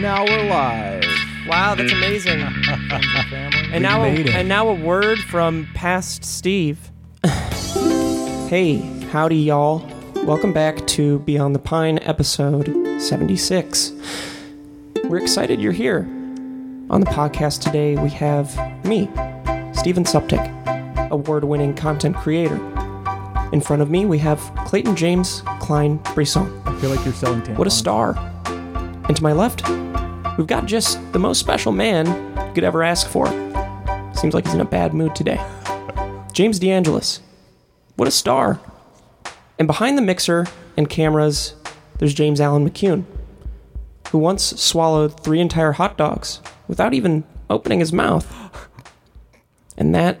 Now we're live. Wow, that's amazing. And We now, made it. and now a word from past Steve. hey, howdy, y'all. Welcome back to Beyond the Pine, episode 76. We're excited you're here. On the podcast today, we have me, Steven Suptic, award winning content creator. In front of me, we have Clayton James Klein Brisson. I feel like you're selling tampons. What a star. And to my left, we've got just the most special man you could ever ask for. Seems like he's in a bad mood today. James DeAngelis. What a star. And behind the mixer and cameras, there's James Allen McCune, who once swallowed three entire hot dogs without even opening his mouth. And that.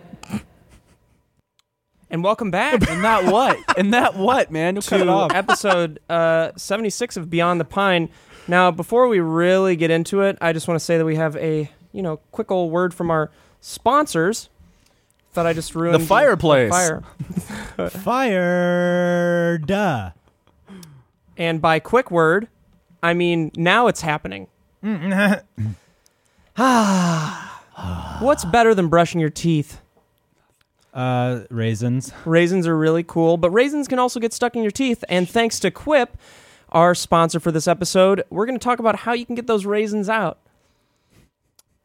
And welcome back. And that what? And that what, man? Don't cut it to off. episode uh, 76 of Beyond the Pine. Now, before we really get into it, I just want to say that we have a you know quick old word from our sponsors. Thought I just ruined The fireplace. fire. Fire. Duh. And by quick word, I mean now it's happening. Mm. ah, what's better than brushing your teeth? Uh, raisins. Raisins are really cool, but raisins can also get stuck in your teeth. And thanks to Quip, our sponsor for this episode, we're going to talk about how you can get those raisins out.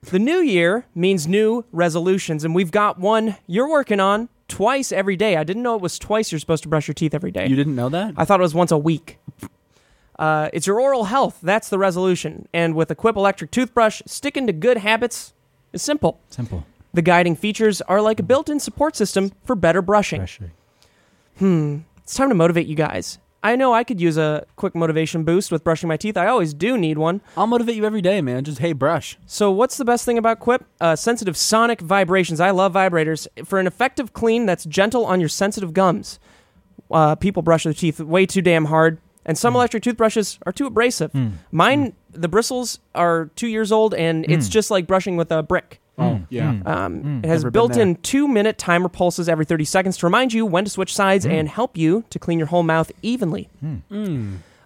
The new year means new resolutions, and we've got one you're working on twice every day. I didn't know it was twice you're supposed to brush your teeth every day. You didn't know that? I thought it was once a week. Uh, it's your oral health. That's the resolution. And with a Quip electric toothbrush, sticking to good habits is simple. Simple. The guiding features are like a built in support system for better brushing. Pressure. It's time to motivate you guys. I know I could use a quick motivation boost with brushing my teeth. I always do need one. I'll motivate you every day, man. Just hey, brush. So, what's the best thing about Quip? Uh, sensitive sonic vibrations. I love vibrators. For an effective clean that's gentle on your sensitive gums. Uh, people brush their teeth way too damn hard, and Hmm. some electric toothbrushes are too abrasive. Mine, the bristles are two years old, and Hmm. it's just like brushing with a brick. Mm, Oh yeah. Um, it has never been built there. in two minute timer pulses every 30 seconds to remind you when to switch Hmm. sides and help you to clean your whole mouth evenly.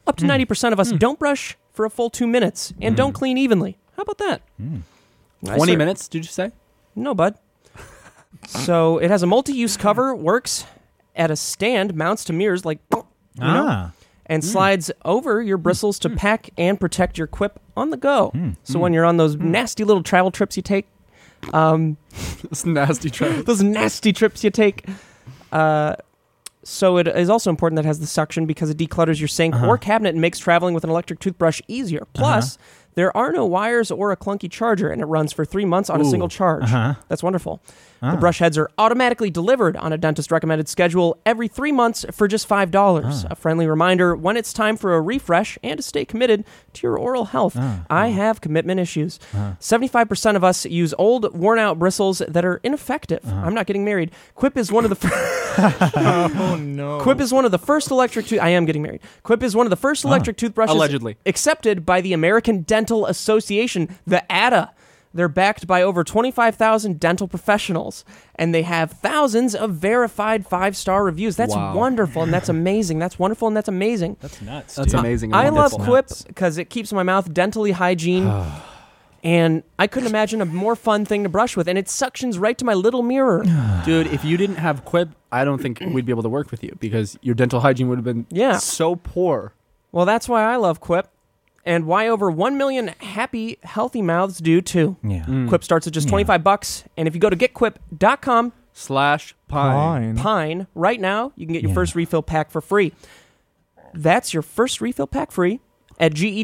Up to 90% of us don't brush for a full two minutes and don't clean evenly. How about that? I Twenty cer- minutes? Did you say? No, bud. so it has a multi use cover, works at a stand, mounts to mirrors like, Ah. and slides over your bristles to pack and protect your quip on the go. So when you're on those nasty little travel trips you take, um, It's nasty travel. those nasty trips you take. Uh, so it is also important that it has the suction because it declutters your sink or cabinet and makes traveling with an electric toothbrush easier. Plus, there are no wires or a clunky charger, and it runs for three months on a Ooh. single charge. Uh-huh. That's wonderful. The brush heads are automatically delivered on a dentist recommended schedule every three months for just five dollars. A friendly reminder when it's time for a refresh and to stay committed to your oral health. I have commitment issues. Seventy-five percent of us use old, worn-out bristles that are ineffective. I'm not getting married. Quip is one of the. Fir- Oh, Oh. Quip is one of the first electric. tooth I am getting married. Quip is one of the first electric toothbrushes Ah. Allegedly. accepted by the American Dental Association, the ADA. They're backed by over 25,000 dental professionals, and they have thousands of verified five star reviews. That's Wow. wonderful, and that's amazing. That's wonderful, and that's amazing. That's nuts. That's dude. amazing. I and love wonderful. Quip because it keeps my mouth dentally hygiene, and I couldn't imagine a more fun thing to brush with, and it suctions right to my little mirror. dude. If you didn't have Quip, I don't think we'd be able to work with you because your dental hygiene would have been Yeah. so poor. Well, that's why I love Quip, and why over 1 million happy, healthy mouths do too. Yeah. Mm. Quip starts at just 25 bucks, and if you go to getquip.com Slash pine. Pine right now, you can get your Yeah. first refill pack for free. That's your first refill pack free at E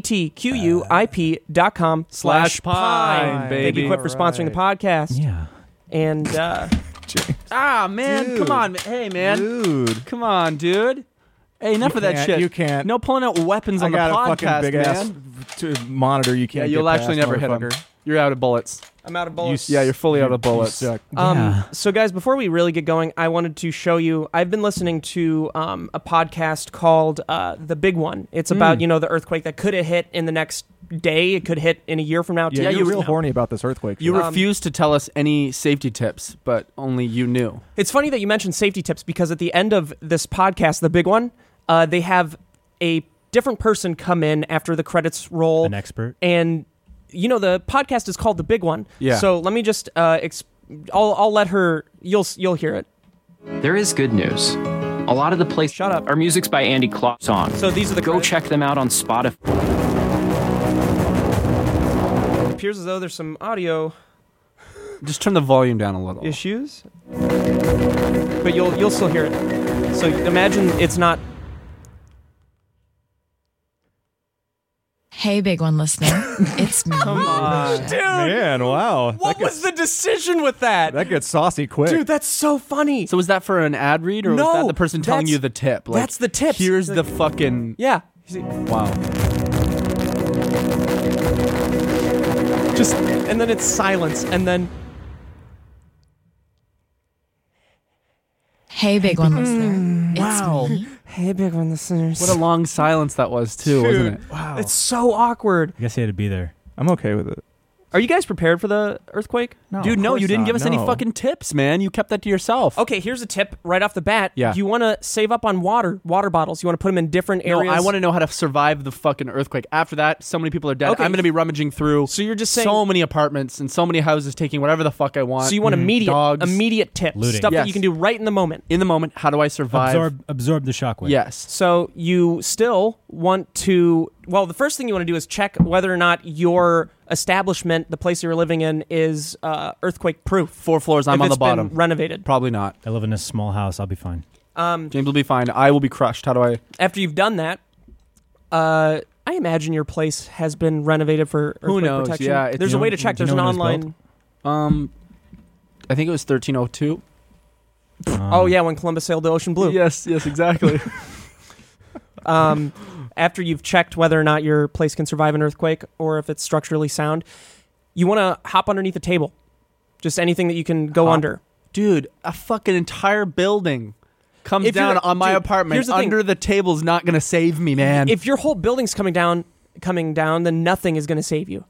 getquip.com slash Slash pine, pine. Thank baby. you, Quip, for sponsoring the podcast. Yeah. And uh, Ah man, Dude. come on, ma- hey man, Dude. come on, dude. Hey, enough of that can't- shit. you can't. No pulling out weapons I on the got a fucking podcast, big man. ass to monitor. You yeah, can't. you'll get actually past, never hit them. motherfucker. You're out of bullets. I'm out of You bullets. Yeah, you're fully out of You bullets. suck. Um, Yeah. So, guys, before we really get going, I wanted to show you. I've been listening to um, a podcast called uh, The Big One. It's about you know the earthquake that could have hit in the next day. It could hit in a year from now. Yeah, two you're years real from now. horny about this earthquake. You shit. Um, refused to tell us any safety tips, but only you knew. It's funny that you mentioned safety tips because at the end of this podcast, the big one, uh, they have a different person come in after the credits roll. An expert. and you know the podcast is called the big one. Yeah. So let me just uh, exp- I'll I'll let her. You'll s- you'll hear it. There is good news. A lot of the places Shut up. Our music's by Andy Clauss song. So these are the go credits. check them out on Spotify. It appears as though there's some audio Just turn the volume down a little. issues, but you'll you'll still hear it. So imagine it's not. Hey, big one listener. It's me. Dude, Man, wow. what was the decision with that? That gets saucy quick. Dude, that's so funny. So was that for an ad read, or No, was that the person telling that's- you the tip? Like, that's the tips. Here's Like- the fucking yeah. You see- wow. just and then it's silence and then Hey, big one listener. It's me. hey big one listeners What a long silence that was too, wasn't it? wow it's so awkward I guess he had to be there. I'm okay with it. are you guys prepared for the earthquake No, Dude, of no, course you didn't not. give us any No. fucking tips, man. You kept that to yourself. okay here's a tip right off the bat Yeah. you want to save up on water water bottles you want to put them in different No, areas I want to know how to survive the fucking earthquake. After that, so many people are dead. Okay. I'm going to be rummaging through so you're just saying so many apartments and so many houses, taking whatever the fuck I want. so you want Mm-hmm. immediate dogs. immediate tips Looting. stuff that Yes. you can do right in the moment in the moment, how do I survive? Absorb, absorb the shockwave. Yes. so you still want to well the first thing you want to do is check whether or not your establishment the place you're living in is uh, earthquake proof Four floors. I'm If on the it's been bottom. renovated Probably not. I live in a small house. I'll be fine. James will be fine. I will be crushed. How do I? after you've done that, uh, I imagine your place has been renovated for earthquake knows? protection. Yeah, it's- there's Do a you way know- to check. do you There's an know when it was online. built? Um, I think it was 1302. Um, Oh yeah, when Columbus sailed the ocean blue. Yes. Yes. Exactly. Um, after you've checked whether or not your place can survive an earthquake or if it's structurally sound, you want to hop underneath a table, just anything that you can go Hop under. dude, a fucking entire building comes If you're- down on my dude, apartment. here's the thing. Under the table's not gonna save me, man. If your whole building's coming down, coming down, then nothing is going to save you.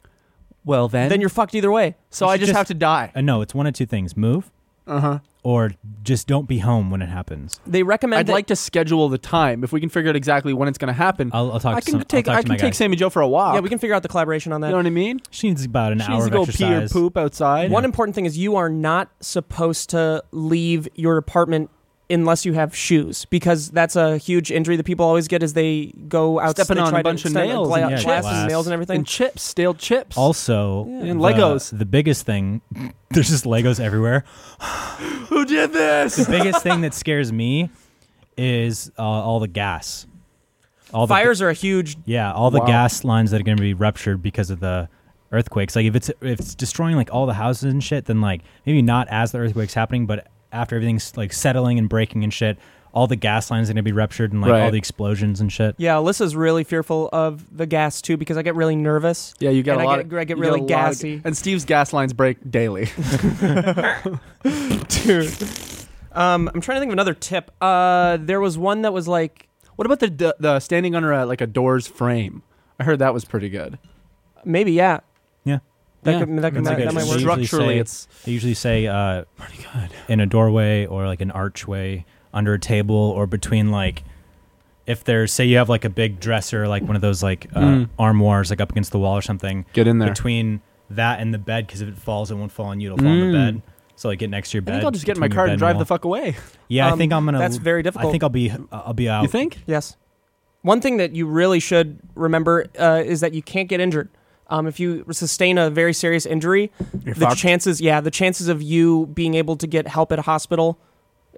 well, then, Then you're fucked either way. so You I should just, just- have to die. Uh, no, it's one of two things: move, Uh huh. or just don't be home when it happens. They recommend I'd that- like to schedule the time if we can figure out exactly when it's gonna happen. I'll, I'll talk. Mm. I to can some, I'll take talk I to can my take guys. Sam and Joe for a walk. Yeah, we can figure out the collaboration on that. You know what I mean? She needs about an She hour needs to of go exercise. pee or poop outside. One important thing is you are not supposed to leave your apartment unless you have shoes because that's a huge injury that people always get is they go out Stepping they on try a bunch to, of step on nails gla- and glass shit. and nails and everything. and chips, stale chips. Also, And the- Legos. The biggest thing, there's just Legos everywhere. Who did this? The biggest thing that scares me is uh, all the gas. All the Fires are a huge Yeah, all the Wow. gas lines that are going to be ruptured because of the earthquakes. Like if it's if it's destroying like all the houses and shit, then like maybe not as the earthquake's happening, but after everything's like settling and breaking and shit, all the gas lines are going to be ruptured and like all Right. the explosions and shit. yeah, Alyssa's really fearful of the gas too because I get really nervous. Yeah, you get And a I lot. get- of, I get you really a lot of- gassy. and Steve's gas lines break daily. Dude. Um, I'm trying to think of another tip. Uh, there was one that was like What about the the, the standing under a, like a door's frame? I heard that was pretty good. maybe yeah. Yeah. That Yeah. could that, could, That's a that, good that might idea. work. usually Structurally, say- it's They usually say uh, pretty good. in a doorway or like an archway under a table or between like if there's say you have like a big dresser like one of those like uh, Mm. armoires like up against the wall or something Get in there. between that and the bed because if it falls it won't fall on you it'll fall on Mm. the bed so like get next to your I bed think I'll just get in my between your car bed and drive wall. the fuck away. yeah Um, i think i'm gonna That's very i difficult. think i'll be i'll be out You think? Yes. One thing that you really should remember uh, is that you can't get injured. Um, if you sustain a very serious injury, the fucked. chances, yeah, the chances of you being able to get help at a hospital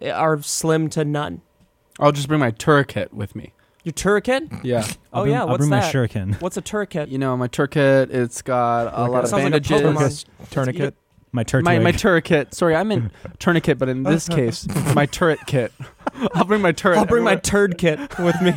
eh, are slim to none. I'll just bring my tourniquet with me. Your tourniquet? Yeah, Oh, I'll bring, yeah, i'll what's bring my that? shuriken What's a tourniquet? you know my tourniquet. It's got a lot of sounds like a bandages. Pokemon. Tourniquet. my turtwig my my tourniquet. Sorry, I meant tourniquet, but in this case, my turret kit. I'll bring my turret. I'll bring my everywhere. turd kit with me.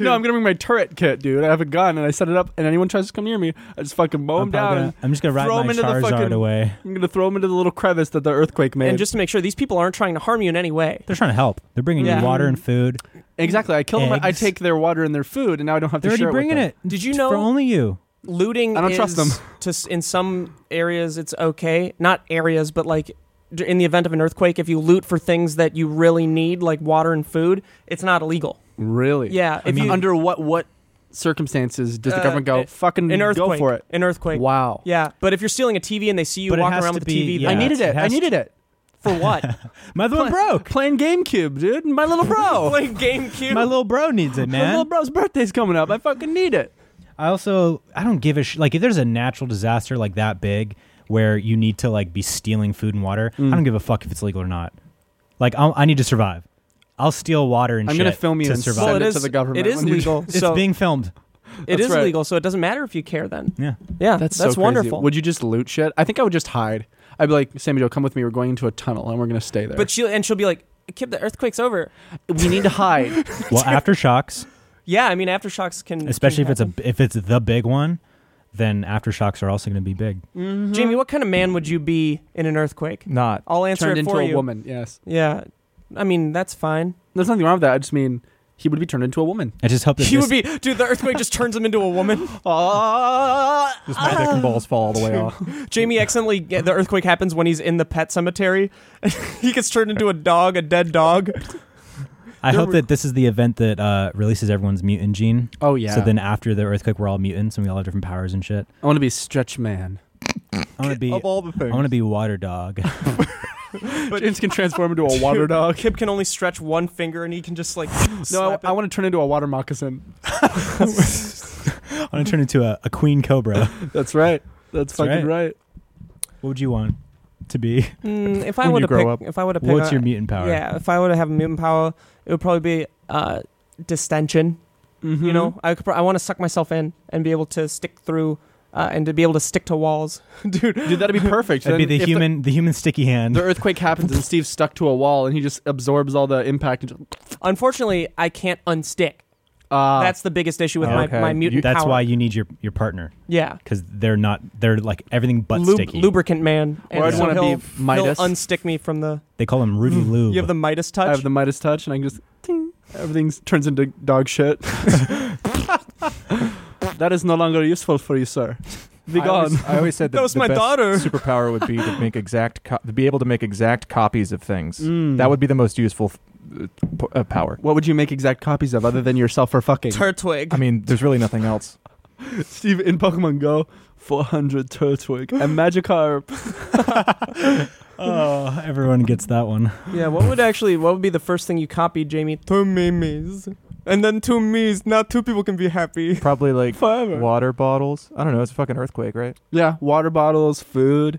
no, I'm gonna bring my turret kit, dude. I have a gun and I set it up, and anyone tries to come near me, I just fucking mow I'm, them oh, down. probably gonna- and I'm just gonna ride throw 'em my into the charizard fucking- away I'm gonna throw them into the little crevice that the earthquake made. and just to make sure, these people aren't trying to harm you in any way. they're trying to help they're bringing Yeah. you water and food exactly, I kill them. I- I Eggs. take their water and their food, and now I don't have they're already to. share bringing it. with them. it Did you It's know- for only you Looting. I don't is trust them. To, s- in some areas, it's okay. Not areas, but like d- in the event of an earthquake, if you loot for things that you really need, like water and food, it's not illegal. Really? Yeah, I if mean, you- under what what circumstances does the Uh, government go it- fucking An earthquake. go for it? An earthquake. Wow. Yeah, but if you're stealing a TV and they see you But it walking has around to with be- a TV, yeah. I needed it. It I has needed it. for what? My little bro, Playing GameCube, dude. My little bro. Playing GameCube. my little bro needs it, My little man. bro's birthday's coming up. I fucking need it. I also I don't give a sh- like if there's a natural disaster like that big where you need to like be stealing food and water. I Mm. don't give a fuck if it's legal or not. Like I'll, I need to survive. I'll steal water and I'm shit gonna film you to and survive. send well, it it is to the government It is when you- legal. it's so being filmed. it That's is right. legal. So it doesn't matter if you care then. Yeah. Yeah, that's so crazy. wonderful. Would you just loot shit? I think I would just hide. I'd be like, Sammy Joe, come with me. We're going into a tunnel and we're gonna stay there. but she'll and she'll be like, "Kid, the earthquake's over." we need to hide. Well, aftershocks, Yeah, I mean aftershocks can especially if can it's a if it's the big one, then aftershocks are also going to be big. Mm-hmm. happen. Jamie. What kind of man would you be in an earthquake? Not. I'll answer turned it into for a you. woman. Yes. Yeah, I mean that's fine. There's nothing wrong with that. I just mean he would be turned into a woman. I just hope that He this, would be, dude. The earthquake just turns him into a woman. Just my dick Ah. and balls fall all the way off. Jamie accidentally yeah, the earthquake happens when he's in the pet cemetery. he gets turned into a dog, a dead dog. I there hope were- that this is the event that uh, releases everyone's mutant gene. Oh yeah. So then after the earthquake, we're all mutants and we all have different powers and shit. I want to be stretch man. I want to be oh, Of all the I things. want to be water dog. But James can transform into a water dog. Kip can only stretch one finger, and he can just like. No, slap I, I want to turn into a water moccasin. I want to turn into a, a queen cobra. That's right. That's, fucking right. What would you want to be? it. Mm, if I When would you have grow picked, up. if I would have picked, What's a- your mutant power? Yeah, if I would have a mutant power, it would probably be uh, distension. You know, Mm-hmm. I could, pro- I want to suck myself in and be able to stick through, uh, and to be able to stick to walls, dude. dude, that'd be perfect. That'd be Then the if human, the, human sticky hand. The earthquake happens and Steve's stuck to a wall and he just absorbs all the impact. And just, Unfortunately, I can't unstick. uh, That's the biggest issue with Okay. my, my mutant That's power. why Ah. you need your, your partner Yeah. because they're not they're like everything but Lub- sticky. lubricant man. Or I'd so wanna be he'll- Midas. He'll unstick me from the. They call him Ruby Lube. Mm. You have the Midas touch. I have the Midas touch and I can just ting, everything turns into dog shit. that is no longer useful for you, sir. Be I always- gone. I always said that That was the my best daughter. Superpower would be to make exact, co- to be able to make exact copies of things. Mm. That would be the most useful uh, p- uh, power. What would you make exact copies of other than yourself for fucking? Turtwig. I mean, there's really nothing else. Steve in Pokemon Go, 400 Turtwig and Magikarp. oh, everyone gets that one. yeah. What would actually? What would be the first thing you copied, Jamie? Two memes. And then two me's. Now two people can be happy. Probably like Forever. water bottles. I don't know. It's a fucking earthquake, right? Yeah, water bottles, food,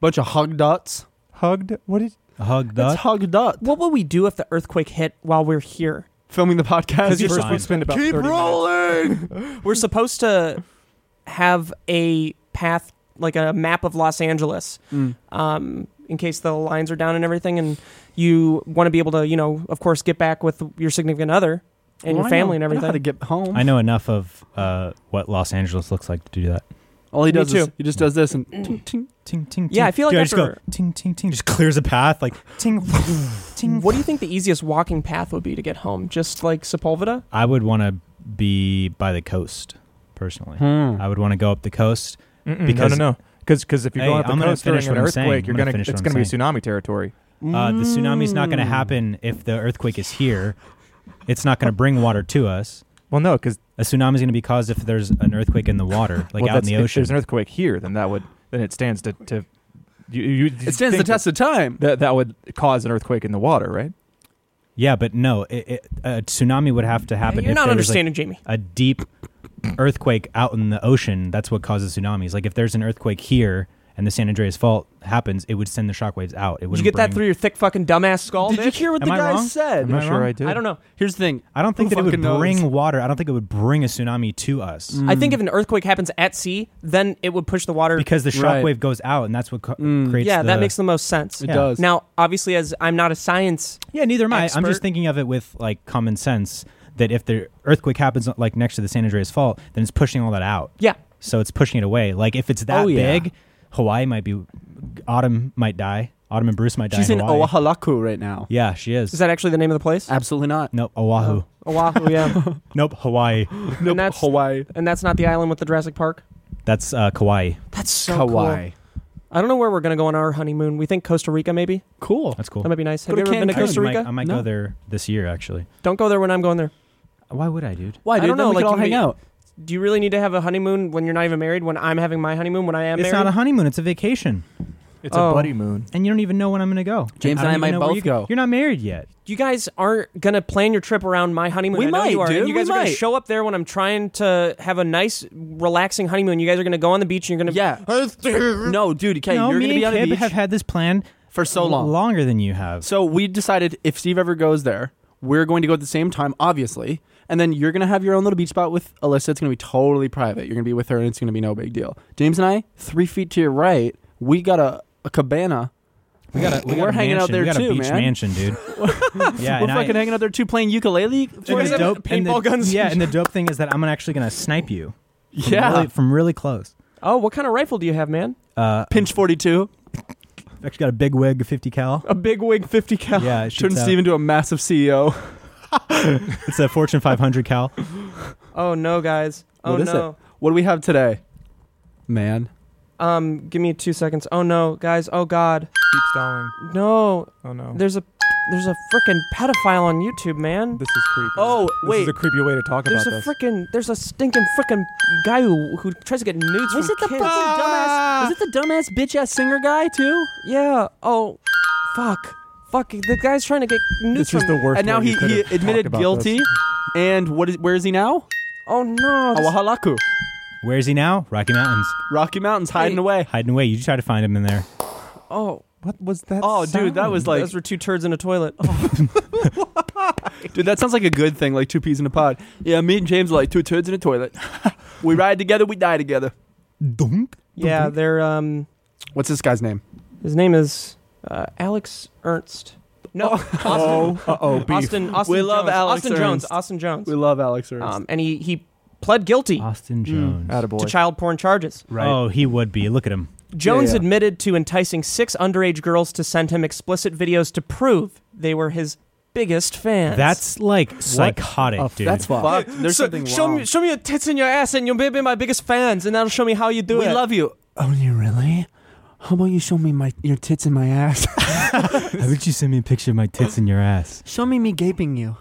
bunch of hog dots. Hugged. What is? Hug That's that. hog dot. What would we do if the earthquake hit while we're here? Filming the podcast. Because you're First, fine. we spend about Keep 30 rolling. We're supposed to have a path, like a map of Los Angeles, um, in case the lines are down and everything, and you want to be able to, you know, of course, get back with your significant other and your family and everything. to get home. I know enough of uh, what Los Angeles looks like to do that. All he Me does is too. he just does this and ting, ting. Ting ting. ting. Yeah, I feel like Dude, I just go after- ting ting ting. Just clears a path like ting ting. What do you think the easiest walking path would be to get home? Just like Sepulveda? I would want to be by the coast personally. I would want to go up the coast. Mm-mm, Because- no, no, no. Because if you're Hey, going up the I'm gonna coast during finish an what I'm saying. earthquake, I'm you're gonna gonna, finish it's what going to I'm saying. be tsunami territory. Uh, Mm. the tsunami's not Mm. going to happen if the earthquake is here. It's not going to bring water to us. Well, no, because A tsunami's going to be caused if there's an earthquake in the water, like out in the if ocean. there's an earthquake here, then that would then it stands to to you. you It stands the test of time. That that would cause an earthquake in the water, right? yeah, but no, it, it, a tsunami would have to happen. You're if not there was, like, understanding, Jamie. a deep earthquake out in the ocean. That's what causes tsunamis. Like if there's an earthquake here and the San Andreas Fault happens, it would send the shockwaves out. It Did would you get that through your thick fucking dumbass skull? Did you Nick? hear what Am the I guy wrong? said? I'm not I sure wrong? I did. I don't know. Here's the thing. I don't think Who that it would fucking knows? bring water. I don't think it would bring a tsunami to us. I think if an earthquake happens at sea, then it would push the water. Because the Right. shockwave goes out, and that's what co- creates. Mm. yeah, that the- makes the most sense. It Yeah. does. Now, obviously, as I'm not a science, Yeah, neither am I. I'm expert. just thinking of it with like common sense that if the earthquake happens like next to the San Andreas Fault, then it's pushing all that out. yeah, So it's pushing it away. Like if it's that Oh, yeah. big, Hawaii might be. Autumn might die. Autumn and Bruce might die. she's in Hawaii. Oaxaca right now. Yeah, she is. is that actually the name of the place? Absolutely not. Nope, Oahu. Oh. Oahu, yeah, Nope, Hawaii. and that's Hawaii. and that's not the island with the Jurassic Park. That's uh, Kauai. That's so Kauai. cool. I don't know where we're gonna go on our honeymoon. We think Costa Rica, maybe. Cool. That's cool. That might be nice. Have Go you to ever been to Cancun. Costa I might, Rica? I might No. go there this year, actually. Don't go there when I'm going there. Why would I, dude? Why, I dude? don't know, Then we like, could all you hang may- out. Do you really need to have a honeymoon when you're not even married? When I'm having my honeymoon, when I am It's married? not a honeymoon. It's a vacation, It's Oh. a buddy moon. and you don't even know when I'm going to go. James and don't I even might know where both you- go. You're not married yet. you guys aren't gonna plan your trip around my honeymoon. We I know might, you are. and dude, You guys we are gonna might. show up there when I'm trying to have a nice, relaxing honeymoon. You guys are gonna go on the beach and you're gonna Yeah. no, dude. Okay, no, you're me gonna be on and the Kib beach have had this plan for so long. longer than you have. So we decided if Steve ever goes there, we're going to go at the same time, obviously. And then you're going to have your own little beach spot with Alyssa. It's going to be totally private. You're going to be with her, and it's going to be no big deal. James and I, three feet to your right, we got a, a cabana. we got a, we got We're a hanging mansion. out there we got too, a beach man. mansion, dude. yeah, We're and I- fucking hanging out there too, playing ukulele. and Where's the the dope, and the- paintball guns? Yeah, and the dope thing is that I'm actually gonna snipe you. From Yeah, really, from really close. Oh, what kind of rifle do you have, man? Uh, pinch forty-two, I've actually got a big wig, 50 cal. a big wig, fifty cal. Yeah, it turns shoots out. Steve into a massive E CEO. It's a Fortune 500 cal. Oh no, guys. Oh What is no. What do we have today, man? Um, give me two seconds. Oh no, guys. Oh god. Keep stalling. No, Oh no. there's a there's a freaking pedophile on YouTube, man. this is creepy. Oh, This wait. is a creepy way to talk There's a about this. freaking there's a stinking freaking guy who who tries to get nudes Was from it the fucking kids. dumbass? Was it the dumbass bitch ass singer guy too? Yeah. Oh, fuck. Fuck. The guy's trying to get nudes This from. was the worst. And now way you he, could he have talked admitted about guilty. this. And what is where is he now? oh no. this- Awahalaku, Where is he now? Rocky Mountains. Rocky Mountains, hiding Hey. away. Hiding away. You try to find him in there. oh, What was that? Oh, dude, that was sound? like, those were two turds in a toilet. dude, that sounds like a good thing, like two peas in a pod. Yeah, me and James are like two turds in a toilet. we ride together, we die together. Dunk. yeah, they're um. What's this guy's name? His name is uh, Alex Ernst. No, Oh, uh oh, beef. Austin. Austin We love Jones. Alex Austin Jones. Ernst. Austin Jones. We love Alex Ernst. Um, and he he pled guilty Austin Jones. Attaboy. to child porn charges. right. Oh, he would be. Look at him. Jones yeah. admitted to enticing six underage girls to send him explicit videos to prove they were his biggest fans. That's like psychotic, a- dude. that's fucked. Fuck, there's So- something show wrong. me show me your tits and your ass and you'll be my biggest fans and that'll show me how you do we it. love you. Oh, you really? How about you show me my your tits and my ass? How about you send me a picture of my tits and your ass? show me me gaping you.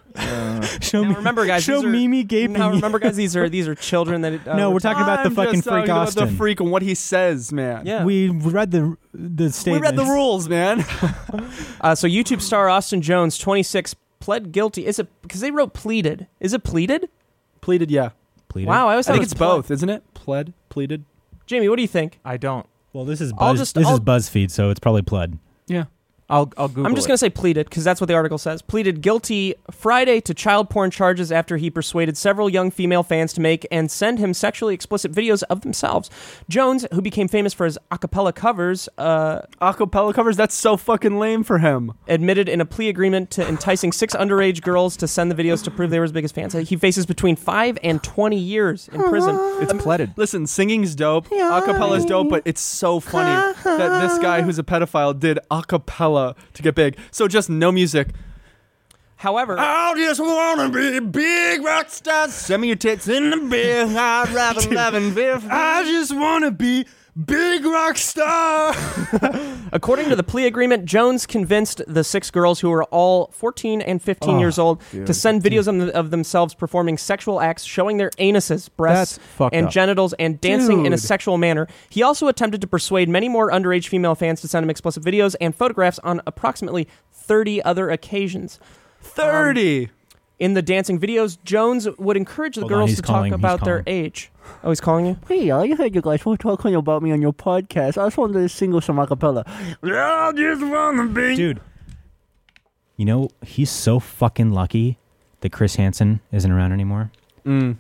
Show Now me. remember, guys, Show these are- me me gaping. now remember guys these are these are children that uh, No, we're Talking about the I'm fucking just freak talking about the Austin. freak and what he says, man. yeah. We read the the We statement. read the rules, man. uh, so YouTube star Austin Jones, 26, pled guilty. Is it because they wrote pleaded? Is it pleaded? Pleaded, yeah. Pleaded. Wow, I always I thought think it it's was pled. both, isn't it? Pled, pleaded. Jamie, what do you think? I don't. Well, this is I'll Buzz, just- this I'll- is BuzzFeed, so it's probably pled. Yeah. I'll I'll Google. I'm just going to say pleaded because that's what the article says. Pleaded guilty Friday to child porn charges after he persuaded several young female fans to make and send him sexually explicit videos of themselves. Jones, who became famous for his a cappella covers, uh, Acapella covers. That's so fucking lame for him. admitted in a plea agreement to enticing six underage girls to send the videos to prove they were his biggest fans. He faces between five and 20 years in prison. It's pleaded. Listen, singing's dope. Acapella's dope, but it's so funny that Uh-huh. this guy who's a pedophile did acapella to get big. So just no music. However, I just wanna be a big rock star. Send me your tits in the beer. I rap eleven I just wanna be big rock star. According to the plea agreement, Jones convinced the six girls who were all 14 and 15 Ah, Oh, years old to dude. send videos of, of themselves performing sexual acts, showing their anuses, breasts, That's fucked and up. genitals, and dancing in a Dude. sexual manner. He also attempted to persuade many more underage female fans to send him explicit videos and photographs on approximately 30 other occasions. Thirty. In the dancing videos, Jones would encourage the Hold on, girls he's to calling, talk he's about their calling. age. Oh, he's calling you? Hey, I heard you guys were talking about me on your podcast. I just wanted to sing some acapella. I just wanna be. Dude, you know, he's so fucking lucky that Chris Hansen isn't around anymore. Mm.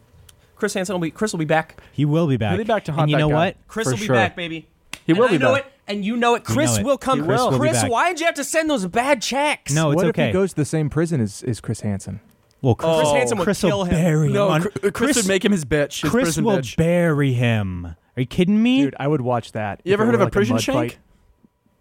Chris Hansen will be Chris will be back. He will be back. He'll be back to haunt And you that know guy. what? Chris For will be sure. back, baby. He will and be I know back. it, and you know it. Chris know it. will come. He Chris will. will be Chris back. why did you have to send those bad checks? oh, No, it's what okay. if he goes to the same prison as, as Chris Hansen? well, Chris, Chris Hansen would Chris kill will him. bury him. No, on- Chr- Chris, would make him his bitch. His Chris prison will bitch. bury him. Are you kidding me? Dude, I would watch that. You if ever it heard of were a like prison mud shank? fight.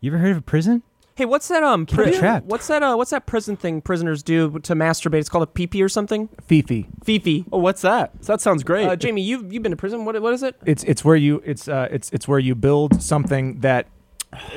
You ever heard of prison? Hey, what's that um? Can't be trapped. what's that uh? What's that prison thing prisoners do to masturbate? It's called a pee pee or something. Fifi. Fifi. Oh, what's that? That sounds great. Uh, Jamie, you've you've been to prison. What what is it? It's it's where you it's uh it's it's where you build something that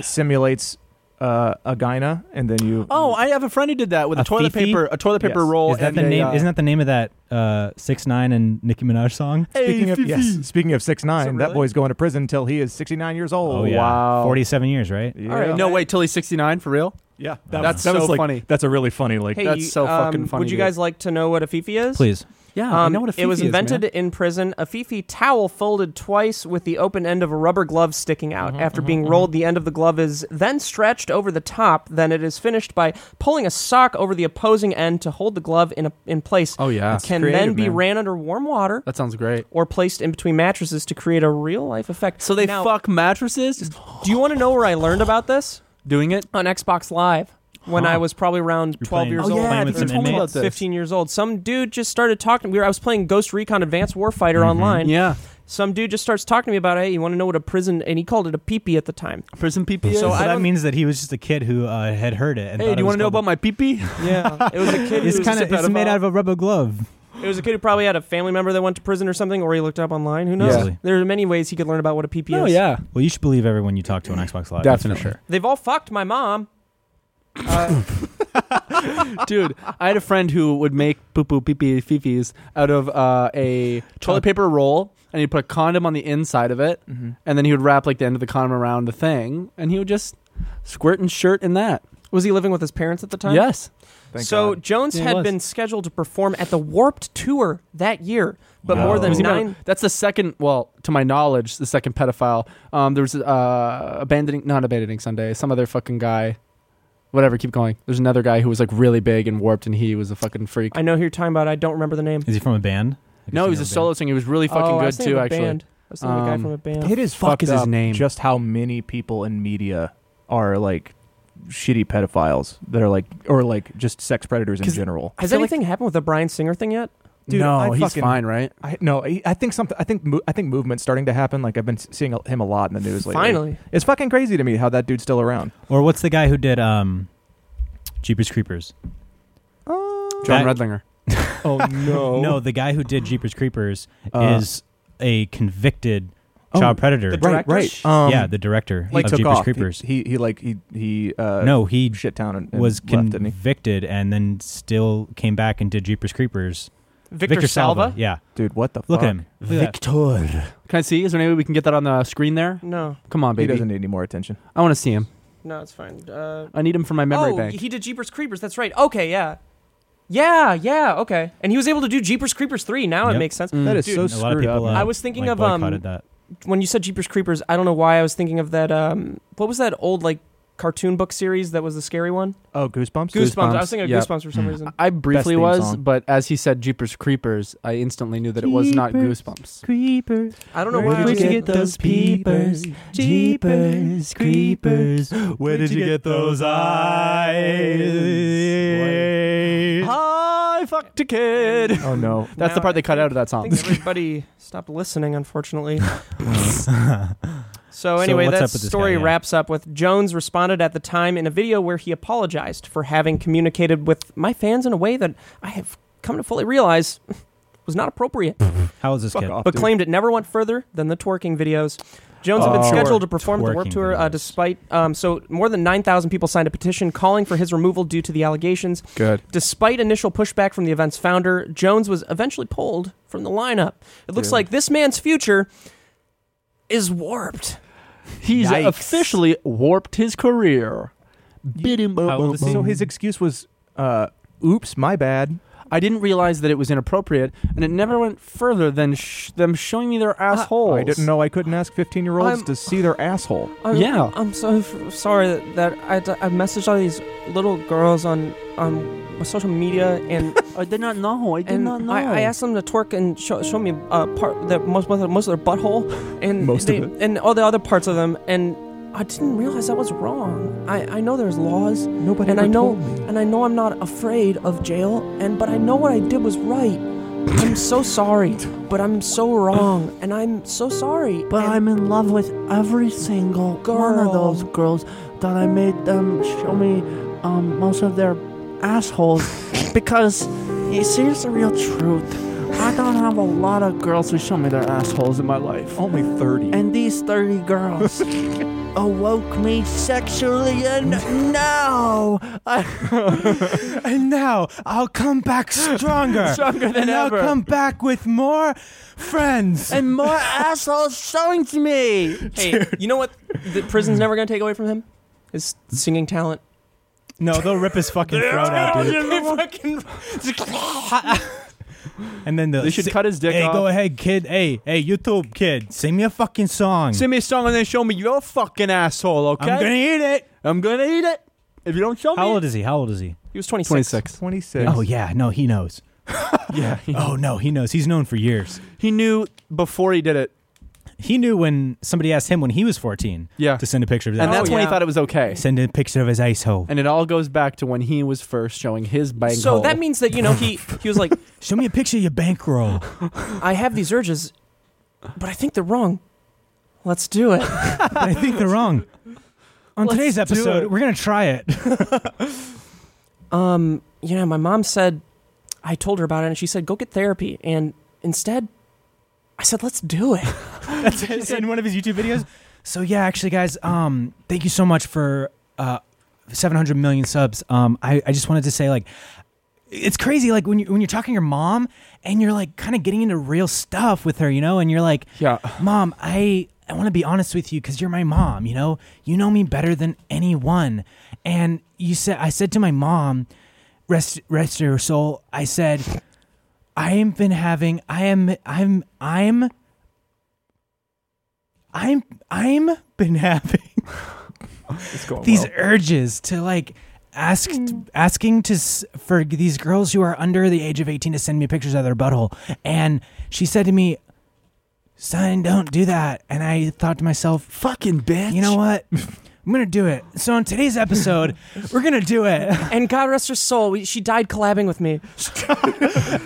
simulates uh, a gyna, and then you. Oh, I have a friend who did that with a, A toilet fifi? paper, a toilet paper Yes. roll. Is that and the a, name? uh, Isn't that the name of that uh, six nine and Nicki Minaj song? Speaking of yes, speaking of six nine, Is it that really? boy's going to prison until he is sixty nine years old. Oh yeah, wow. forty-seven years, right? Yeah. All right, no wait till he's sixty nine for real. Yeah, That's that was so like- funny. That's a really funny like. Hey, That's you- so fucking um, funny, Would you dude. guys like to know what a fifi is? Please. Yeah, Um, it was invented in prison. A fifi towel folded twice with the open end of a rubber glove sticking out. After being rolled, the end of the glove is then stretched over the top. Then it is finished by pulling a sock over the opposing end to hold the glove in a, in place. Oh, yeah. it That's can then creative, be man. ran under warm water that sounds great. or placed in between mattresses to create a real life effect. So they Now, fuck mattresses, just Do you want to know where I learned about this doing it. on Xbox Live? When Huh. I was probably around You're 12 playing- years Oh, old, yeah, Playing with some me inmates. about this. 15 years old. Some dude just started talking. We were I was playing Ghost Recon Advanced Warfighter Mm-hmm. online. Yeah, Some dude just starts talking to me about, hey, you want to know what a prison? And he called it a peepee at the time. prison PP. So, So I that don't- means that he was just a kid who uh, had heard it. And hey, do you want to know about my PP? Yeah, it was a kid. It's who- kind of it's made out of a rubber glove. It was a kid who probably had a family member that went to prison or something, or he looked it up online. Who knows? Yeah. There are many ways he could learn about what a peepee Oh is. yeah, Well, you should believe everyone you talk to on Xbox Live. Definitely. They've all fucked my mom. Uh, dude. I had a friend who would make poo poo pee pee fifis out of uh, a toilet paper roll, and he'd put a condom on the inside of it, Mm-hmm. and then he would wrap like the end of the condom around the thing, and he would just squirt and shirt in that. Was he living with his parents at the time? Yes. Thank so God. Jones Yeah, he had was. been scheduled to perform at the Warped Tour that year, but Wow. more than Was he No, nine. that's the second. Well, to my knowledge, the second pedophile. Um, there was uh, abandoning, not abandoning Sunday. Some other fucking guy. Whatever. Keep going. There's another guy who was like really big and warped, and he was a fucking freak. I know who you're talking about. I don't remember the name. Is he from a band? Like no, he was a singer solo singer. He was really fucking oh, I good was thinking too. of a Actually, band. I was thinking of a Um, guy from a band. It is Fuck fucked is his up name? Just how many people in media are like shitty pedophiles that are like, or like just sex predators in 'Cause general. Has I feel like- anything happened with the Brian Singer thing yet? Dude, no, I he's fucking- fine, right? I no, I, I think something. I think mo- I think movement's starting to happen. Like I've been s- seeing him a lot in the news lately. Finally. it's fucking crazy to me how that dude's still around. band? Or what's the guy who did um, Jeepers Creepers? Uh, John That- Redlinger. Oh no, No, the guy who did Jeepers Creepers Uh, is a convicted Oh, child predator. the right, director? right. Um, yeah, the director he of took Jeepers off. Creepers. He, he he like he he uh, no, he shit town and, and was left, didn't he? convicted and then still came back and did Jeepers Creepers. Victor, Salva? Yeah. Dude, what the Look fuck? at him. Look at that. Can I see? Is there any way we can get that on the screen there? No, Come on, He baby. doesn't need any more attention. I want to see him. no, it's fine. Uh, I need him for my memory oh, bank. he did Jeepers Creepers. That's right. Okay, yeah, yeah, yeah. Okay, and he was able to do Jeepers Creepers three. Now it Yep. makes sense. Mm. That is Dude, so a lot of screwed people. up. uh, I was thinking like, of, um, boycotted that. When you said Jeepers Creepers, I don't know why I was thinking of that. Um, what was that old like cartoon book series that was the scary one? oh, Goosebumps. goosebumps. Goosebumps, I was thinking of yep. Goosebumps for some Mm. reason. I briefly theme was, song. but as he said Jeepers Creepers, I instantly knew that it was not Jeepers. Goosebumps. Creepers. I don't know why. I was you get thinking- those peepers? Jeepers, creepers. Where did you get those eyes? Hi, fucked a kid. Oh no. That's the Now I part they cut out of that I song. think everybody stopped listening, unfortunately. so anyway, what's that up with this story guy? Yeah. wraps up with Jones responded at the time in a video where he apologized for having communicated with my fans in a way that I have come to fully realize was not appropriate, How is this Fuck kid? off. but dude. claimed it never went further than the twerking videos. Jones had been Oh. scheduled to perform at the Warp Twerking Tour, uh, videos. despite um, so more than nine thousand people signed a petition calling for his removal due to the allegations. Good. Despite initial pushback from the event's founder, Jones was eventually pulled from the lineup. It looks Dude. like this man's future is warped. He's Yikes. officially warped his career. Bid him How old is he? So his excuse was, uh, "Oops, my bad." I didn't realize that it was inappropriate, and it never went further than sh- them showing me their assholes. I didn't know I couldn't ask fifteen-year-olds Uh, I'm- to see their asshole. I'm, Yeah. I'm so f- sorry that, that I, d- I messaged all these little girls on on social media and I did not know. I did and not know. I, I asked them to twerk and show, show me uh, part that most most of, most of their butthole and Most of they- and all the other parts of them and I didn't realize that was wrong. I, I know there's laws Nobody. and ever I know told me. and I know I'm not afraid of jail and but I know what I did was right. I'm so sorry, but I'm so wrong and I'm so sorry. But and I'm in love with every single one Girl. of those girls that I made them show me um, most of their assholes because you see, it's the real truth. I don't have a lot of girls who show me their assholes in my life. Only 30. And these 30 girls awoke me sexually, and now And now I'll come back stronger. Stronger than and ever. I'll come back with more friends. and more assholes showing to me. Hey, you know what? The prison's never going to take away from him? His singing talent. no, they'll rip his fucking throat out, dude. And then they'll They should si- cut his dick Hey, off. go ahead, kid. Hey, hey, YouTube kid, sing me a fucking song. Send me a song and then show me your fucking asshole, okay? I'm gonna eat it. I'm gonna eat it. If you don't show How me, old is he? How old is he? He was 26. 26. 26. Oh yeah, no, he knows. Yeah. Oh no, he knows. He's known for years. He knew before he did it. He knew when somebody asked him when he was 14 Yeah. Oh, to send a picture of his And asshole. Oh, that's when he yeah. thought it was okay. send a picture of his ice hole. And it all goes back to when he was first showing his bang So hole. that means that, you know, he, he was like, Show me a picture of your bankroll. I have these urges, but I think they're wrong. Let's do it. I think they're wrong. On Let's today's do episode, it. we're gonna try it. Um, you know, my mom said, I told her about it, and she said, go get therapy. And instead, I said, let's do it. That's it. in one of his YouTube videos. So yeah, actually, guys, um, thank you so much for uh, 700 million subs. Um, I, I just wanted to say like, it's crazy. Like when you when you're talking to your mom and you're like kind of getting into real stuff with her, you know, and you're like, Yeah. mom, I I want to be honest with you because you're my mom. You know, you know me better than anyone. And you said I said to my mom, rest rest your soul. I said. I am been having I am I'm I'm I'm I'm been having these urges to like ask Hmm. asking to s- for these girls who are under the age of 18 to send me pictures of their butthole and she said to me son don't do that and i thought to myself fucking bitch. you know what i'm gonna do it so on today's episode we're gonna do it and God rest her soul, we, she died collabing with me.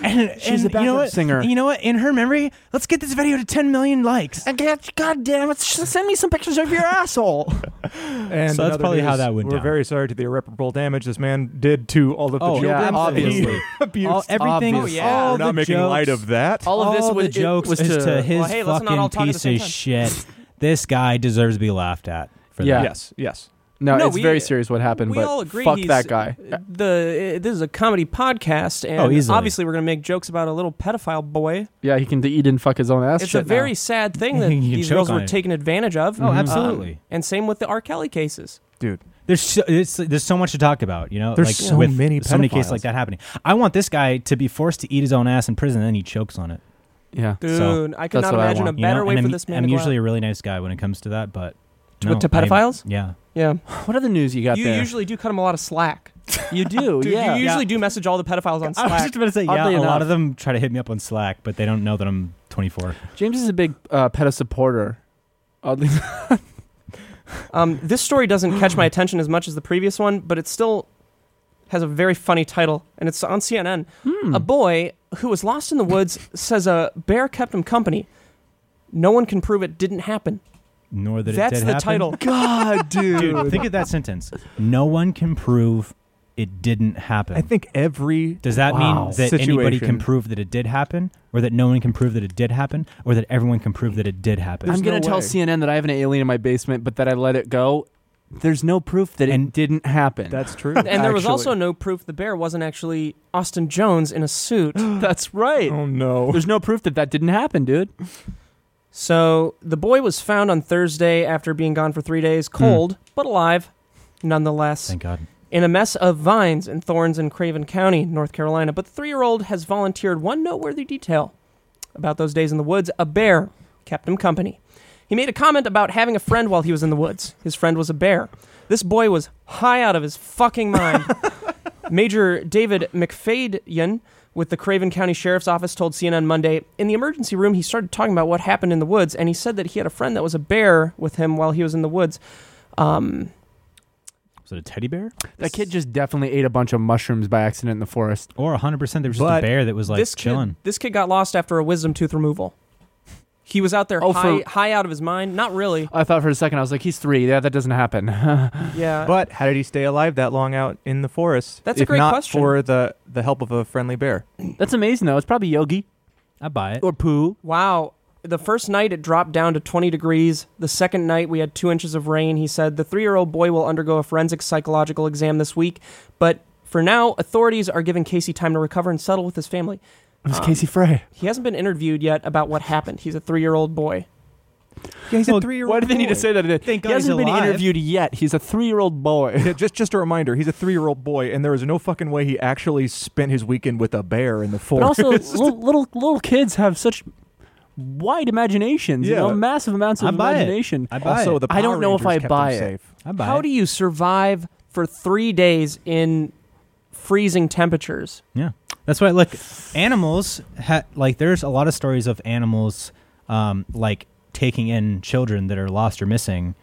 and She's and a backup you know what singer. And you know what in her memory let's get this video to 10 million likes And God, God damn it, send me some pictures of your asshole. And So that's another probably news, how that went We're down. very sorry to the irreparable damage this man did to all of the Oh, children. yeah, that he obviously. abused. all, everything obvious. Oh, yeah. all We're the not making jokes, light of that. all of this all was, the it jokes was is to, to, his Well, hey, let's not all fucking talk at the piece same of time. shit. This guy deserves to be laughed at for Yeah. that. Yes, yes. No, No, it's we- very serious what happened, we but all agree fuck he's- that guy. The uh, this is a comedy podcast, and Oh, easily. obviously we're gonna make jokes about a little pedophile boy. Yeah, he can he didn't fuck his own ass. it's a shit now. very sad thing that You can these choke girls on were it. taken advantage of. Oh, Um, absolutely. and same with the R. Kelly cases. There's so, it's, there's so much to talk about, you know. There's like so with many so many cases pedophiles. like that happening. I want this guy to be forced to eat his own ass in prison, and then he chokes on it. yeah. Dude, So, I that's cannot what I imagine a want, You better know? way and for I'm, this man. I'm to go usually out. a really nice guy when it comes to that, but To- no, to I'm- pedophiles? yeah. yeah. What other news you got You there? usually do cut him a lot of slack. you do, Dude, yeah. you usually do message all the pedophiles on Oh, I was Slack. just about to say, yeah. Oddly a enough. lot of them try to hit me up on Slack, but they don't know that I'm 24. James is a big uh, PETA supporter. Oddly, Um, this story doesn't catch my attention as much as the previous one, but it still has a very funny title, and it's on CNN. A boy who was lost in the woods says a bear kept him company. No one can prove it didn't happen. Nor that That's it did the happen. title. Ah, God, Dude, think of that sentence. No one can prove it didn't happen. I think every Does that Wow. mean that anybody Situation. can prove that it did happen, or that no one can prove that it did happen, or that everyone can prove that it did happen? I'm gonna no tell way. CNN that I have an alien in my basement, but that I let it go. There's no proof that it And- didn't happen. that's true. And there was Actually. also no proof the bear wasn't actually Austin Jones in a suit. that's right. oh no. There's no proof that that didn't happen, dude. So the boy was found on Thursday after being gone for three days, cold but alive, nonetheless. Thank God. in a mess of vines and thorns in Craven County, North Carolina. But the three year old has volunteered one noteworthy detail about those days in the woods. A bear kept him company. He made a comment about having a friend while he was in the woods. His friend was a bear. This boy was high out of his fucking mind. Major David McFadyen with the Craven County Sheriff's Office told CNN Monday in the emergency room, he started talking about what happened in the woods, and he said that he had a friend that was a bear with him while he was in the woods. Um, Was it a teddy bear, That kid just definitely ate a bunch of mushrooms by accident in the forest. or 100 percent there was just But a bear that was like this chilling? Kid, this kid got lost after a wisdom tooth removal. He was out there Oh, high, for- high out of his mind. Not really. I thought for a second I was like, he's three. Yeah, that doesn't happen. Yeah. But how did he stay alive that long out in the forest? That's a if great not question. for the the help of a friendly bear. that's amazing though. It's probably Yogi. I buy it. or poo. Wow. The first night it dropped down to 20 degrees. The second night we had two inches of rain. He said the three year old boy will undergo a forensic psychological exam this week, but for now, authorities are giving Casey time to recover and settle with his family. It's Casey Frey. He hasn't been interviewed yet about what happened. He's a three year old boy. Yeah, he's a three-year-old. Why do they need to say that? Thank he God hasn't he's been alive. interviewed yet. He's a three-year-old boy. Yeah, just just a reminder, he's a three-year-old boy, and there is no fucking way he actually spent his weekend with a bear in the But forest. also, little, little little kids have such wide imaginations. Yeah. You know, massive amounts of I buy imagination. it. I buy Also, it. the I don't Power know if Rangers I kept him buy it. safe. I buy How it. do you survive for three days in freezing temperatures? Yeah, that's why. Look, animals ha- like there's a lot of stories of animals um, like taking in children that are lost or missing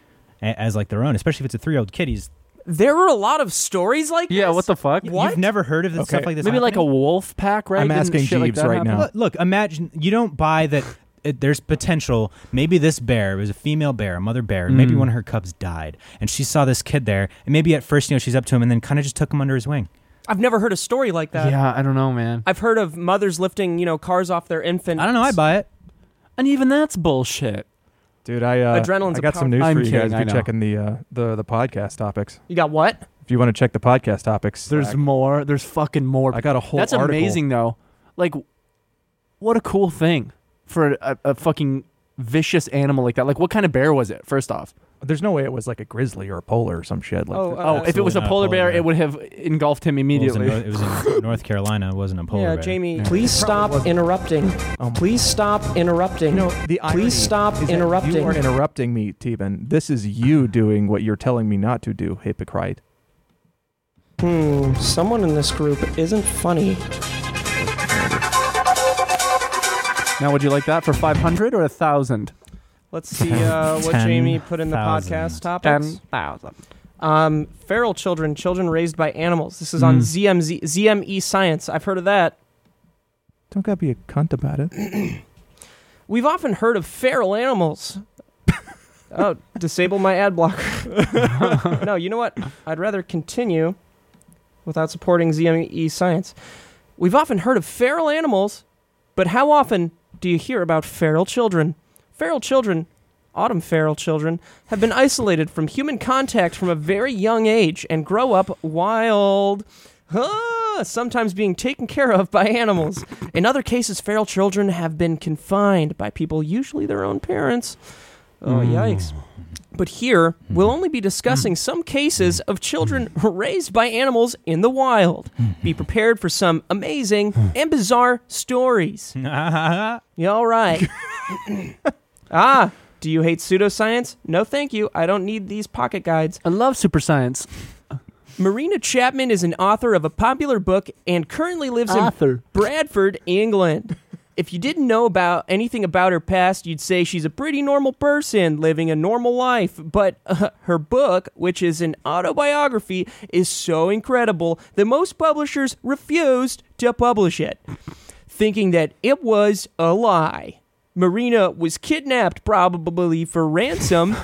a- as like their own, especially if it's a three-year-old kid. He's There were a lot of stories like Yeah, this. what the fuck? What? you've never heard of this Okay. stuff like this. Maybe like a happening? wolf pack, right? I'm Didn't asking shit like Jeeves that right happen? now. Look, look, imagine you don't buy that. It, there's potential. Maybe this bear it was a female bear, a mother bear. and Maybe Mm. one of her cubs died, and she saw this kid there. And maybe at first, you know, she's up to him, and then kind of just took him under his wing. I've never heard a story like that. Yeah, I don't know, man. I've heard of mothers lifting, you know, cars off their infant. I don't know. I buy it. And even that's bullshit. Dude, I uh, Adrenaline's I a got power- some news I'm for you kidding, guys. I If know. you're checking the uh, the the podcast topics, You got what? if you want to check the podcast topics, There's I, more. There's fucking more. I got a whole. That's article. amazing, though. Like, what a cool thing for a, a fucking vicious animal like that. Like, what kind of bear was it? First off, There's no way it was like a grizzly or a polar or some shit. Like Oh, that. uh, oh, if it was absolutely a not a polar polar bear, bear. it would have engulfed him Well, it was in immediately. North- It was in, North Carolina. It wasn't a polar yeah, bear. Jamie, please stop interrupting. Oh my- Please stop interrupting. You know, the irony please stop is that interrupting. You are interrupting me, Teben. This is you doing what you're telling me not to do, hypocrite. hmm, someone in this group isn't funny. Now, would you like that for five hundred or a thousand? Let's see uh, what Ten Jamie put in the thousand. podcast Ten topics. thousand. Um, feral children, children raised by animals. This is Hmm. on ZMZ, ZME E Science. I've heard of that. Don't gotta be a cunt about it. We've often heard of feral animals. oh, disable my ad blocker. no, you know what? I'd rather continue without supporting ZME science. We've often heard of feral animals, but how often do you hear about feral children? Feral children, autumn feral children, have been isolated from human contact from a very young age and grow up wild. Ah, sometimes being taken care of by animals. In other cases, feral children have been confined by people, usually their own parents. Oh, yikes. But here, we'll only be discussing some cases of children raised by animals in the wild. Be prepared for some amazing and bizarre stories. Yeah, all right. ah, do you hate pseudoscience? No, thank you. I don't need these pocket guides. I love super science. Marina Chapman is an author of a popular book and currently lives in Author. Bradford, England. If you didn't know about anything about her past, you'd say she's a pretty normal person living a normal life. But uh, her book, which is an autobiography, is so incredible that most publishers refused to publish it thinking that it was a lie. Marina was kidnapped, probably for ransom,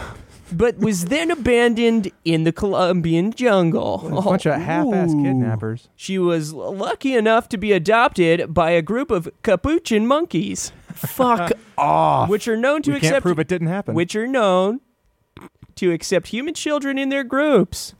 but was then abandoned in the Colombian jungle. A bunch of half-ass kidnappers. She was lucky enough to be adopted by a group of capuchin monkeys. Fuck off. Which are known to We can't accept prove it didn't happen. which are known to accept human children in their groups.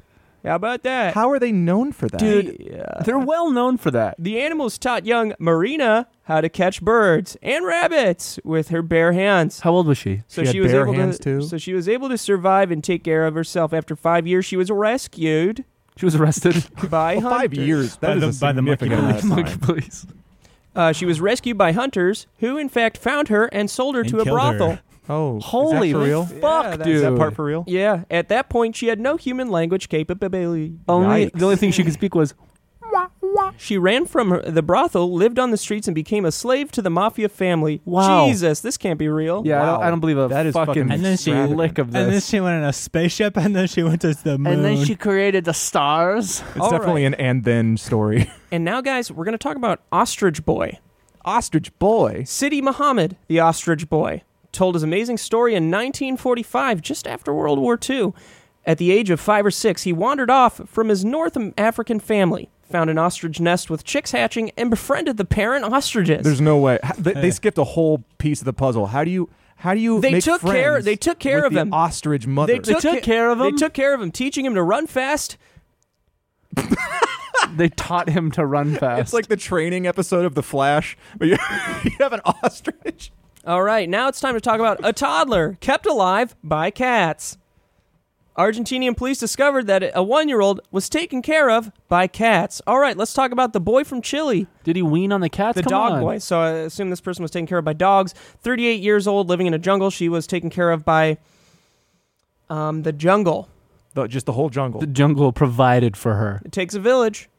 How about that? How are they known for that? Dude, they're well known for that. The animals taught young Marina how to catch birds and rabbits with her bare hands. How old was she? So She had was bare able hands, to, too? So she was able to survive and take care of herself. After five years, she was rescued She was arrested. by Well, five hunters. years. That By is the- a by the monkey significant amount of Monkey time. police. Uh, she was rescued by hunters, who in fact found her and sold her And to a killed her. brothel. Oh, Holy is that for real? fuck, Yeah, that's- dude! Is that part for real? Yeah. At that point, she had no human language capability. only Yikes. the only thing she could speak was She ran from her- the brothel, lived on the streets, and became a slave to the mafia family. Wow. Jesus, this can't be real. Yeah, I, Wow. don't, I don't believe a That is fucking fucking, And then she- lick of this. And then she went in a spaceship, and then she went to the moon. created the stars. It's All definitely right. an and then story. And now, guys, we're going to talk about Ostrich Boy. Ostrich boy. Sidi Muhammad, the ostrich boy, told his amazing story in 1945, just after World War II. At the age of five or six, he wandered off from his North African family. found an ostrich nest with chicks hatching, and befriended the parent ostriches. There's no way. H- They, they skipped a whole piece of the puzzle. How do you? How do you? They make took care- friends they took care with of the him. Ostrich mother. they took, took ca- care of him? They took care of him, teaching him to run fast. They taught him to run fast. It's like the training episode of The Flash, but you, you have an ostrich. All right, now it's time to talk about a toddler kept alive by cats. Argentinian police discovered that a one year old was taken care of by cats. All right, let's talk about the boy from Chile, Did he wean on the cats? the Come dog on. boy. So I assume this person was taken care of by dogs. 38 years old, living in a jungle. She was taken care of by um, the jungle. The, just the whole jungle. The jungle provided for her. It takes a village.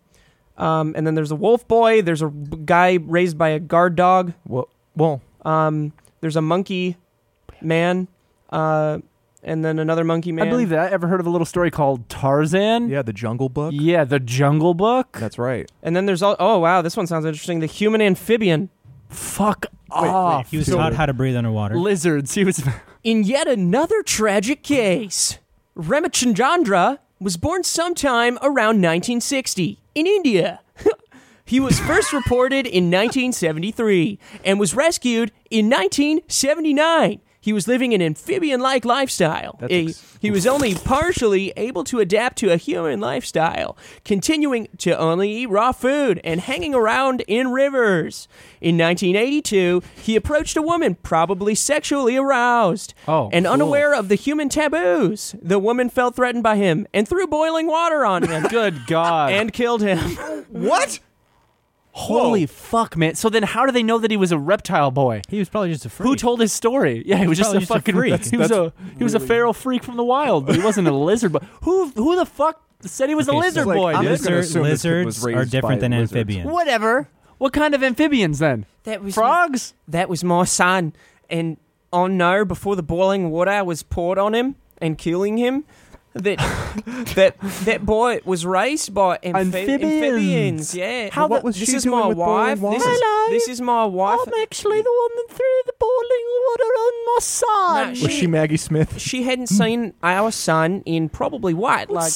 Um, and then there's a wolf boy. There's a b- guy raised by a guard dog. well, well, Um, there's a monkey man. Uh, and then another monkey man. I believe that. Ever heard of a little story called Tarzan? yeah, the Jungle Book. Yeah, the Jungle Book. That's right. And then there's all. Oh wow, this one sounds interesting. The human amphibian. Fuck off. He was dude. taught how to breathe underwater. lizards. He was. In yet another tragic case, Ramachandra was born sometime around 1960 in India. he was first reported in 1973 and was rescued in 1979. He was living an amphibian like lifestyle. That's A- ex- he was only partially able to adapt to a human lifestyle, continuing to only eat raw food and hanging around in rivers. In 1982, he approached a woman, probably sexually aroused. Oh, and cool. unaware of the human taboos, the woman felt threatened by him and threw boiling water on him Good God. and killed him. What? holy Whoa. fuck, man. So then, how do they know that he was a reptile boy? He was probably just a freak. Who told his story? Yeah, he was just a probably just a fucking. freak. He was a he was a feral freak from the wild, but he wasn't a lizard. But who who the fuck said he was a Okay, so lizard it's like, boy? I'm dude? just Lizard, gonna assume this kid lizards was are raised by different than lizards. amphibians. Whatever. What kind of amphibians then? That was Frogs? That was my son. And I know before the boiling water was poured on him and killing him, that that that boy was raised by amphi- Amphibians. amphibians. Yeah. How What the- was this she is doing my with wife. boiling This water? is, Hello. this is my wife. actually the one that threw the boiling water on my son. No, Was she Maggie Smith? she hadn't seen our son in probably what, like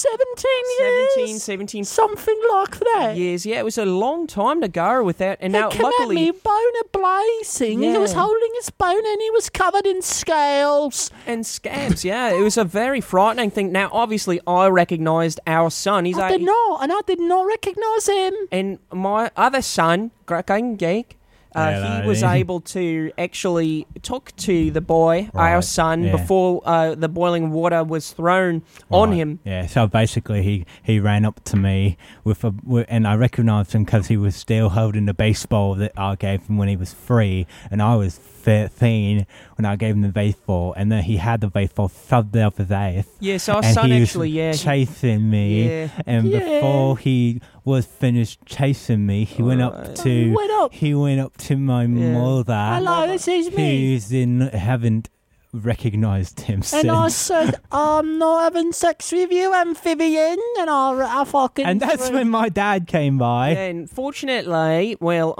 17, 17 something like that. years. Yeah, it was a long time to go with that. And now, luckily, boner blazing. He was Yeah. holding his bone and he was covered in scales. and scabs. Yeah, it was a very frightening thing. Now, obviously, I recognised our son. Oh, He's like, not, and I did not recognise him. and my other son, Gregin Geek, uh, Hello. he was able to actually talk to the boy, our Right, son, yeah. before uh, the boiling water was thrown on Right. him. Yeah. So basically, he he ran up to me with a wi- and I recognised him because he was still holding the baseball that I gave him when he was three, and I was thirteen when I gave him the baseball, and then he had the baseball shoved out his ass. Yeah, so our and son he was actually, yeah, he- chasing me, Yeah. and before he was finished chasing me, he went up Alright. to Went up. he went up to my mother, Hello, this is me. who's in haven't recognised him since. And I said, I'm not having sex with you, amphibian. And I, I fucking. and that's when my dad came by. And fortunately, well,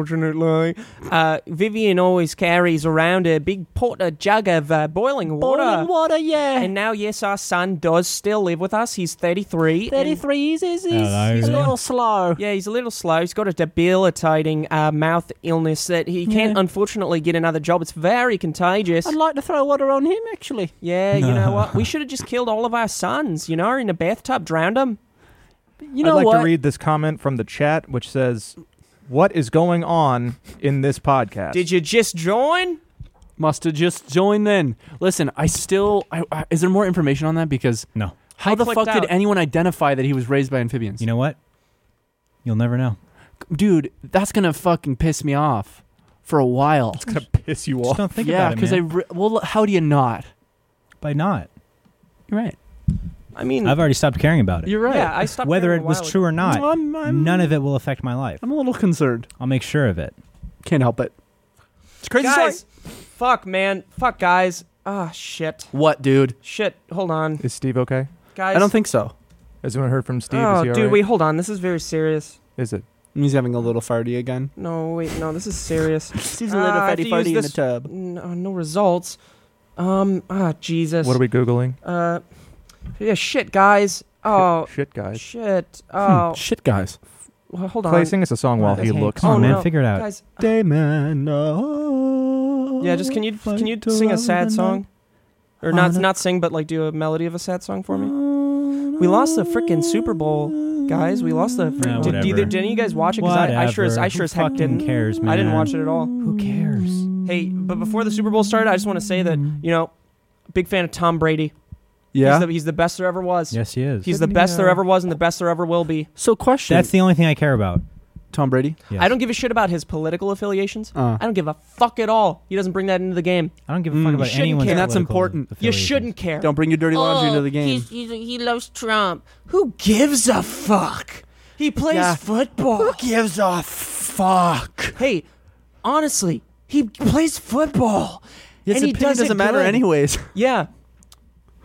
unfortunately, uh, Vivian always carries around a big pot, a jug of uh, boiling water. Boiling water, yeah. and now, yes, our son does still live with us. He's 33. and- 33 is, is, is, Hello is a there. little slow. Yeah, he's a little slow. He's got a debilitating uh, mouth illness that he can't, unfortunately, get another job. It's very contagious. I'd like to throw water on him, actually. yeah, you know what? We should have just killed all of our sons, you know, in a bathtub, drowned them. You know I'd like what? to read this comment from the chat, which says, "What is going on in this podcast?" Did you just join? Must have just joined then. Listen, I still. I, I, is there more information on that? Because No. how I the clicked fuck did out. anyone identify that he was raised by amphibians? You know what? You'll never know. dude, that's gonna fucking piss me off for a while. It's gonna piss you Just off. don't think yeah, about it, man. I re- well, how do you not? By not, You're right. I mean, I've already stopped caring about it. You're right. yeah, I stopped. Whether caring it a while was ago. true or not, I'm, I'm, none of it will affect my life. I'm a little concerned. I'll make sure of it. Can't help it. It's a crazy Guys, story. fuck, man. Fuck, guys. Ah, shit. What, dude? Shit. Hold on. Is Steve okay? Guys. I don't think so. Has anyone heard from Steve? Oh, is he all dude, right? wait, hold on. This is very serious. Is it? He's having a little farty again. Ah, No, wait, no, this is serious. She's a Uh, little I have fatty to farty use in the this- tub. no, no results. Um, ah, Jesus. What are we googling? Uh, yeah, shit, guys. Oh Shit, guys. shit. Oh, Hmm, Shit, guys. well, hold on. Clay, sing us a song while Oh, he hey, looks. Come Oh, on, man, no. figure it out. Guys, Damon. uh, Yeah, just can you can you sing a sad song? Or not not sing, but like do a melody of a sad song for me? We lost the frickin' Super Bowl, guys. We lost the. Fr- Yeah, did, whatever. either, did any of you guys watch it? Because I, I sure as I Whatever. sure as Who heck fucking didn't. cares, I didn't man? watch it at all. Who cares? Hey, but before the Super Bowl started, I just want to say that Mm. you know, big fan of Tom Brady. Yeah. he's the, he's the best there ever was. Yes, he is. He's the best there ever was and the best there ever will be. so question. That's the only thing I care about. Tom Brady. Yes. I don't give a shit about his political affiliations. Uh. I don't give a fuck at all. He doesn't bring that into the game. I don't give a fuck Mm. about Shouldn't anyone's care. That's political important. You You affiliations. shouldn't care. Don't bring your dirty laundry into the game. he loves Trump. Who gives a fuck? He plays Yeah. football. gives a fuck? hey, honestly, he plays football. His and he opinion does it doesn't matter good. anyways. Yeah.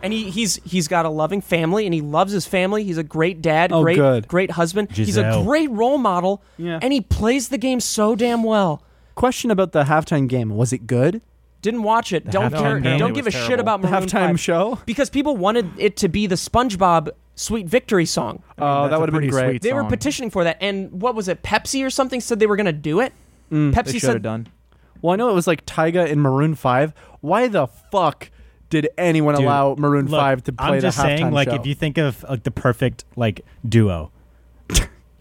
And he, he's he's got a loving family and he loves his family. He's a great dad, Oh, great good. great husband. He's a Giselle. great role model. Yeah. And he plays the game so damn well. Question about the halftime game. Was it good? Didn't watch it. don't halftime care. game. Don't It give a was shit terrible. about The Maroon halftime 5. show? because people wanted it to be the SpongeBob Sweet Victory song. Oh, that's that a would have been pretty great. sweet They were song. petitioning for that, and what was it? Pepsi or something said they were going to do it. They Pepsi should have said, done. Well, I know it was like Tyga and Maroon Five. Why the fuck did anyone Dude, allow Maroon Look, Five to play I'm just the halftime saying, like, show? if you think of like the perfect like duo,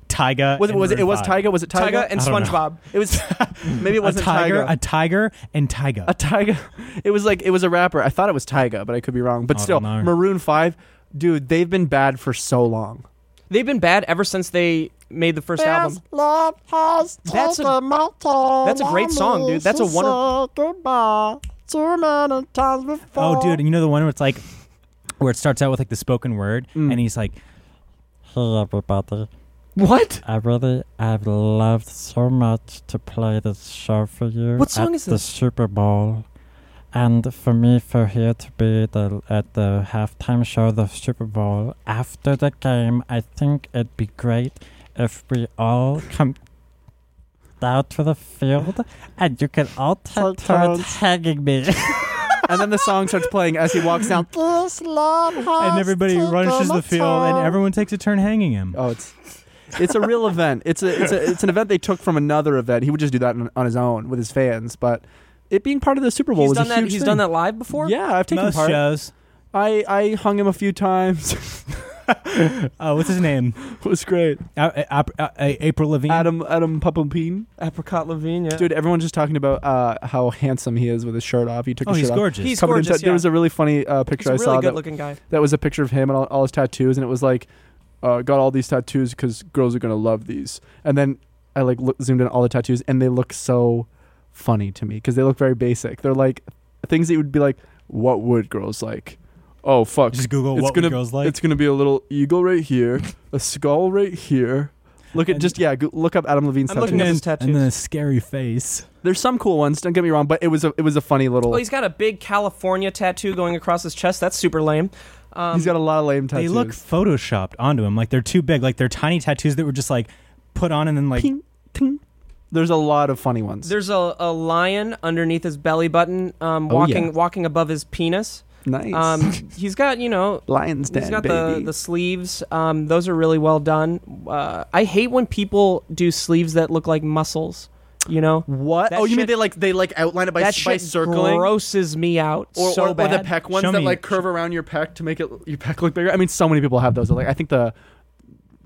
Tyga. was it and was it, it Maroon was five. Tyga? Was it Tyga? Tyga and I don't know. SpongeBob. it was maybe it A wasn't tiger, Tyga. a tiger, and Tyga. A Tyga. It was like it was a rapper. I thought it was Tyga, but I could be wrong. But I still, don't know. Maroon Five, dude, they've been bad for so long. They've been bad ever since they made the first album. That's a- that's a great song, dude. That's a wonder- Goodbye. Too many times before. Oh, dude, you know the one where it's like, where it starts out with like the spoken word, and he's like, Hello, everybody. What? I really, I've loved so much to play this show for you. What song at is The this? Super Bowl. And for me, for here to be the at the halftime show, of the Super Bowl, after the game, I think it'd be great if we all come down to the field and you can all take turns hanging me. And then the song starts playing as he walks down. This love has and everybody taken rushes the a field, and turn. everyone takes a turn hanging him. Oh, it's it's a real event. It's a it's a it's an event they took from another event. He would just do that on, on his own with his fans, but it being part of the Super Bowl He's was done a that. huge He's thing. done that live before. Yeah, I've taken Most part. shows. I I hung him a few times. Oh, what's his name? it was great. A- A- A- A- April Levine. Adam Adam Papapine. Apricot Levine. Yeah. Dude, everyone's just talking about uh, how handsome he is with his shirt off. He took Oh, his he's shirt off. gorgeous. he's Covered in gorgeous. tat- There was a really funny uh, picture yeah. He's a I really saw that, good-looking guy. that was a picture of him and all, all his tattoos, and it was like, uh, got all these tattoos because girls are gonna love these. And then I like look, zoomed in on all the tattoos, and they look so funny to me because they look very basic. They're like things that you would be like, what would girls like? Oh fuck, Just Google It's what gonna- would girls like. it's gonna be a little eagle right here, a skull right here. Look at And- just yeah, go, look up Adam Levine's I'm tattoos. looking at his and then tattoos. a scary face. There's some cool ones. Don't get me wrong, but it was a it was a funny little. Oh, he's got a big California tattoo going across his chest. That's super lame. Um, he's got a lot of lame They tattoos. look photoshopped onto him. Like they're too big. Like they're tiny tattoos that were just like put on and then like. Ping, ting. There's a lot of funny ones. There's a, a lion underneath his belly button, um, Oh, walking yeah. walking above his penis. nice. Um, he's got you know Lion's Den, he's got the baby. the sleeves. Um, those are really well done. Uh, I hate when people do sleeves that look like muscles. You know what? that Oh, you mean shit- they like they like outline it by, that by shit circling grosses me out or, so or, or bad. the pec ones Show that me. like curve around your pec to make it your pec look bigger. I mean, so many people have those. Like I think the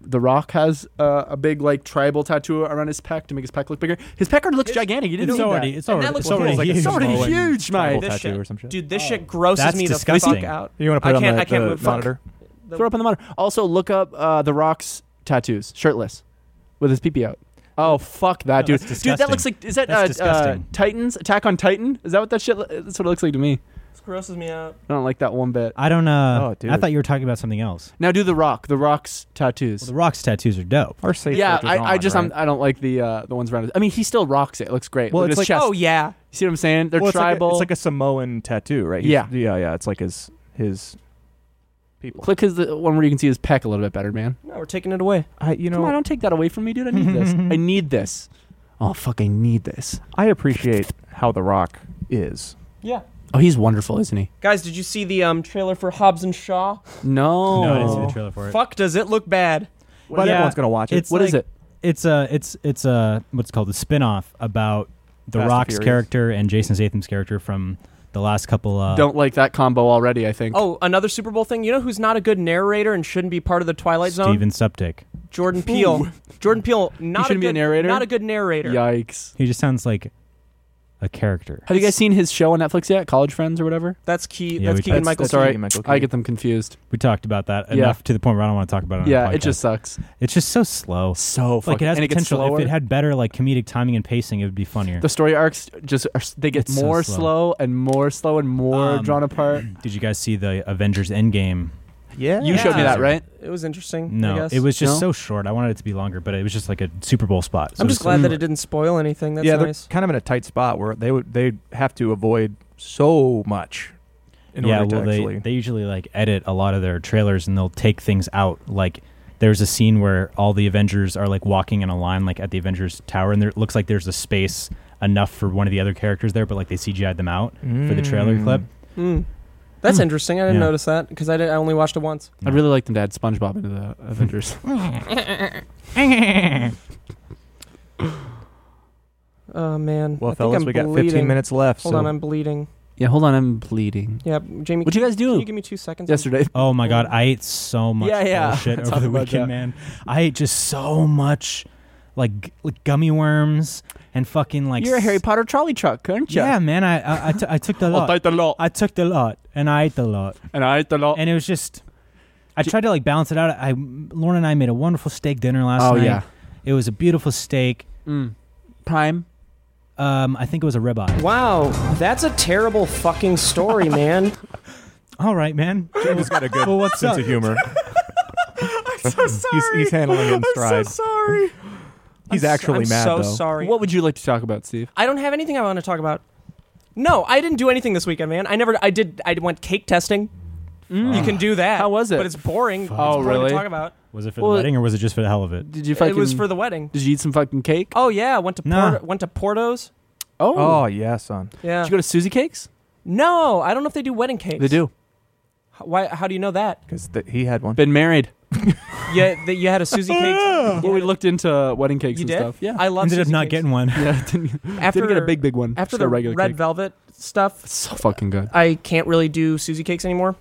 the Rock has uh, a big like tribal tattoo around his pec to make his pec look bigger. His pec already looks gigantic. You didn't It's need already. that. It's And already. that looks It's already. cool. Like a huge. It's already Swollen huge, mate. tribal This tattoo shit- or some shit. Dude, this shit grosses That's me the disgusting. fuck out. You want to I put it on can't- the, I can't the move. Fuck. monitor? Throw up on the monitor. Also, look up uh, the Rock's tattoos, shirtless, with his peepee out. Oh fuck that, No, dude! that's Dude, disgusting. that looks like is that That's uh, uh, disgusting. Titans Attack on Titan? Is that what that shit? lo- That's what it looks like to me. This grosses me out. I don't like that one bit. I don't know. Oh, dude. I thought you were talking about something else. Now do the Rock, the Rock's Well, tattoos. the Rock's tattoos are dope. Our safe yeah, search is I, I on, just right? I'm, I don't like the uh, the ones around. His. I mean, he still rocks it. It looks great. Well, Look at it's his like- chest. Oh yeah, you see what I'm saying? They're Well, it's like a- tribal. it's like a Samoan tattoo, right? Yeah. yeah, yeah. It's like his his people. click his the one where you can see his peck a little bit better, man. no, we're taking it away. I, you Come on, know, don't take that away from me, dude. I need this. I need this. Oh fuck, I need this. I appreciate how The Rock is. Yeah, Oh, he's wonderful, isn't he? Guys, did you see the um, trailer for Hobbs and Shaw? No. No, I didn't see the trailer for it. Fuck, does it look bad? But Yeah. everyone's gonna watch it. It's What is like- it? It's a it's it's a what's it called a spin-off about The Fast and Rock's Furious. character and Jason Statham's character from the last couple. Uh, Don't like that combo already, I think. Oh, another Super Bowl thing. You know who's not a good narrator and shouldn't be part of the Twilight Zone? Steven Septic. Jordan Peele. Jordan Peele, not a shouldn't good be a narrator? Not a good narrator. Yikes. He just sounds like a character. Have you guys seen his show on Netflix yet? College Friends or whatever? That's key. Yeah, we that's can- Keegan That's- Michael. that's all right. Michael I Keaton. get them confused. We talked about that Yeah. enough to the point where I don't want to talk about it. On Yeah, the it just podcast. sucks. it's just so slow. So fucking, Like it has and it gets potential. slower. if it had better like comedic timing and pacing, it would be funnier. the story arcs just are, s- they get It's so more slow. slow. and more slow and more Um, drawn apart. Did you guys see the Avengers Endgame? Yeah. You showed me that, right? It was interesting. I No, guess. it was just No? so short. I wanted it to be longer, but it was just like a Super Bowl spot. So I'm it just was- glad that it didn't spoil anything. That's yeah, they're nice. kind of in a tight spot where they would they have to avoid so much in yeah, order well, to actually. they they usually like edit a lot of their trailers and they'll take things out. Like there's a scene where all the Avengers are like walking in a line, like at the Avengers Tower, and there it looks like there's a space enough for one of the other characters there, but like they CGI'd them out for the trailer Mm. clip. Mm. That's interesting. I didn't Yeah. notice that because I, didn't- I only watched it once. No. I'd really like them to add SpongeBob into the Avengers. Oh man. Well, I think fellas, I'm we got bleeding. 15 minutes left. Hold so on, I'm bleeding. yeah, hold on, I'm bleeding. Yeah, Jamie. What you guys Can you do give me two seconds? yesterday? Oh my god, I ate so much Yeah, yeah. bullshit Oh, over Talk the about weekend, that. man. I ate just so much, like, g- like gummy worms and fucking like. You're a s- Harry Potter trolley truck, aren't you? Yeah, man. I I, I, t- I took the I'll lot. take the lot, I took the lot and I ate the lot, and I ate the lot. and it was just. I tried to like balance it out. I Lauren and I made a wonderful steak dinner last oh night. yeah, it was a beautiful steak. mm. prime. Um, I think it was a ribeye. Wow, that's a terrible fucking story, man. All right, man. Jamie's got a good Well, what's sense up? of humor. He's, he's handling it in stride. sorry. he's actually I'm mad so though. sorry. What would you like to talk about, Steve? I don't have anything I want to talk about. No, I didn't do anything this weekend, man. I never. I did. I went cake testing. Mm. Uh, You can do that. How was it? But it's boring. It's Oh, boring really? To talk about. Was it for Well- the wedding or was it just for the hell of it? Did you fucking? it was for the wedding. Did you eat some fucking cake? Oh yeah, went to Nah. Porto, went to Portos. Oh yeah, son. Yeah. Did you go to Susie Cakes? no, I don't know if they do wedding cakes. They do. H- Why? How do you know that? Because th- he had one. Been married. Yeah, that you had a Susie cake. Well, we looked into wedding cakes You and did? stuff. Yeah. I love. Ended up Suzy not cakes. getting one. yeah. Didn't, after didn't get a big, big one. after Just the a regular red cake. velvet stuff. so fucking good. I can't really do Susie cakes anymore.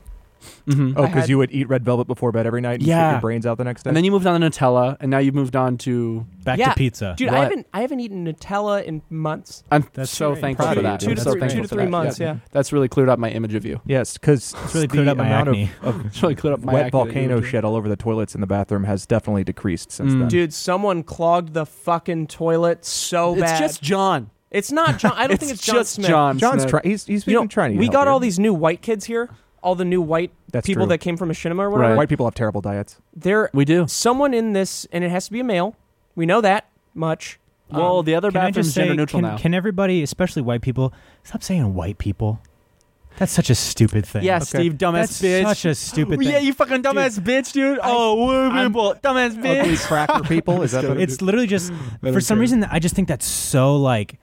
Mm-hmm. Oh, I because had- you would eat red velvet before bed every night. And shit Yeah. your brains out the next day. And then you moved on to Nutella, and now you've moved on to. Back Yeah. to pizza. Dude, I What? haven't I haven't eaten Nutella in months. I'm That's so great. thankful Proud for of you, that. dude. Two to I'm That's so three, thankful two to for three that. months. Yeah. Yeah. That's really cleared up my image of you. yes, because It's really cleared up my amount acne. of, of It's really cleared up my wet acne that you volcano would do. shit all over the toilets in the bathroom has definitely decreased since Mm. then. Dude, someone clogged the fucking toilet so It's Oh, bad. just John. it's not John. I don't think it's John just Smith. John. John's Smith. trying. He's he's You know, been trying to. we help got you. all these new white kids here. All the new white That's people true. that came from a cinema or whatever. Right. White people have terrible diets. There, We do. someone in this, and it has to be a male. We know that much. Well, the other Can I just bathroom's say, gender neutral can, now. can everybody, especially white people, stop saying white people? That's such a stupid thing. yeah, Okay. Steve, dumbass That's bitch. such a stupid yeah, thing. you fucking dumbass bitch, dude. Oh, woo, I'm- people, dumbass Ugly bitch. cracker people. Is that what it it's literally just That for is some good. reason I just think that's so like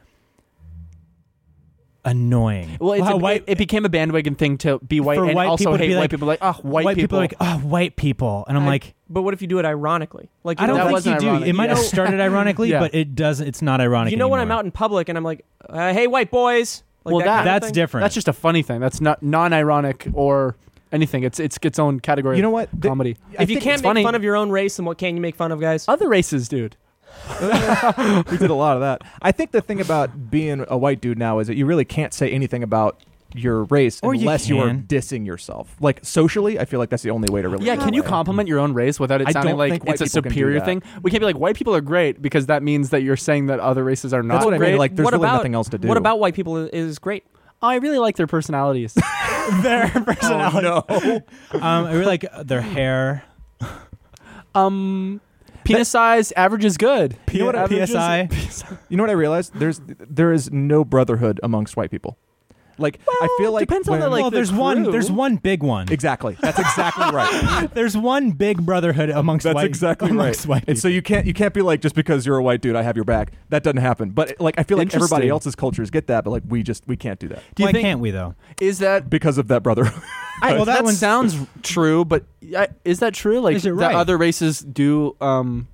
annoying. Well, it's How a, white it, it became a bandwagon thing to be white For and white also people to hate be white like- people. Like, oh, white, white people are like oh white people, and I'm I- like But what if you do it ironically? Like you I don't that know, think wasn't you do. ironic. It might have Yeah. started ironically, Yeah. but it does. It's not ironic. you know when I'm anymore. out in public and I'm like, uh, "Hey, white boys." Like that, Well, that- kind of That's thing. different. That's just a funny thing. That's not non-ironic or anything. It's it's its own category. You know of what? Th- Comedy. I If you think can't it's make funny. fun of your own race, then what can you make fun of, guys? Other races, dude. we did a lot of that. I think the thing about being a white dude now is that you really can't say anything about your race Or you unless you, are can. dissing yourself. Like socially, I feel like that's the only way to really. Yeah, get can you away. compliment your own race without it I sounding don't like think white it's a people can do superior that. thing? We can't be like white people are great because that means that you're saying that other races are not That's what I great. mean. Like, there's what really about, nothing else to do. What about white people is, is great? oh, I really like their personalities. their personality. no. um, I really like uh, their hair. um, penis size average is good. You know what a PSI? You know what I realized? There's there is no brotherhood amongst white people. Like I feel like depends on when- the, like, well, there's one. There's one big one. exactly. That's exactly right. There's one big brotherhood amongst That's white. exactly right. amongst White And so you can't you can't be like just because you're a white dude, I have your back. That doesn't happen. But like I feel like everybody Interesting. else's cultures get that, but like we just we can't do that people. Do you Why think- can't we though? Is that because of that brotherhood. I, Well, that that, one's- sounds true, but I, is that true? Like Is it that right? other races do, um,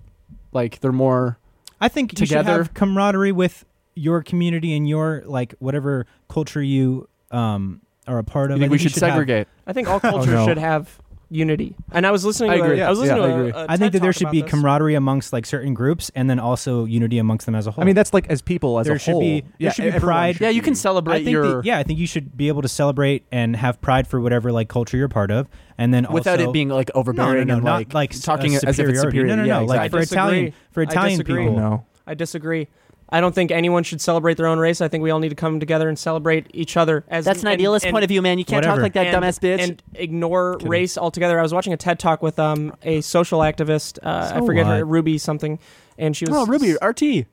like they're more. I think you should Together. have camaraderie with your community and your like whatever culture you um are a part of. You I think we should, you have- segregate? I think all cultures no. should have unity. And I was listening. I to agree. A, Oh, I was Yeah, listening I to a- agree. a I TED think that there talk should about be this. camaraderie amongst like certain groups, and then also unity amongst them as a whole. I mean, that's like as people as There a should whole. be- there Yeah, should be everyone pride. Yeah, you can be. I celebrate think your that- yeah, I think you should be able to celebrate and have pride for whatever like culture you're part of, and then without also, it being like no, no, overbearing no, and not like, like talking uh, as if it's superior. No, no, no. Yeah, Like exactly. for I Italian, disagree. for I Italian disagree. people, No. I disagree. I don't think anyone should celebrate their own race. I think we all need to come together and celebrate each other. As That's an and- idealist and- point of view, man. You can't Whatever. talk like that, and- dumbass bitch. and ignore race altogether. I was watching a TED talk with um a social activist. Uh, I So forget her, what? Ruby something, and she was Oh, Ruby, RT.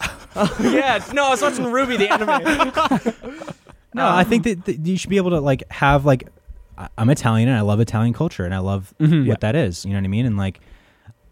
yeah, no, I was watching Ruby the anime. No, I think that, that you should be able to like have like I- I'm Italian and I love Italian culture and I love Mhm. what Yeah. that is. You know what I mean? And like,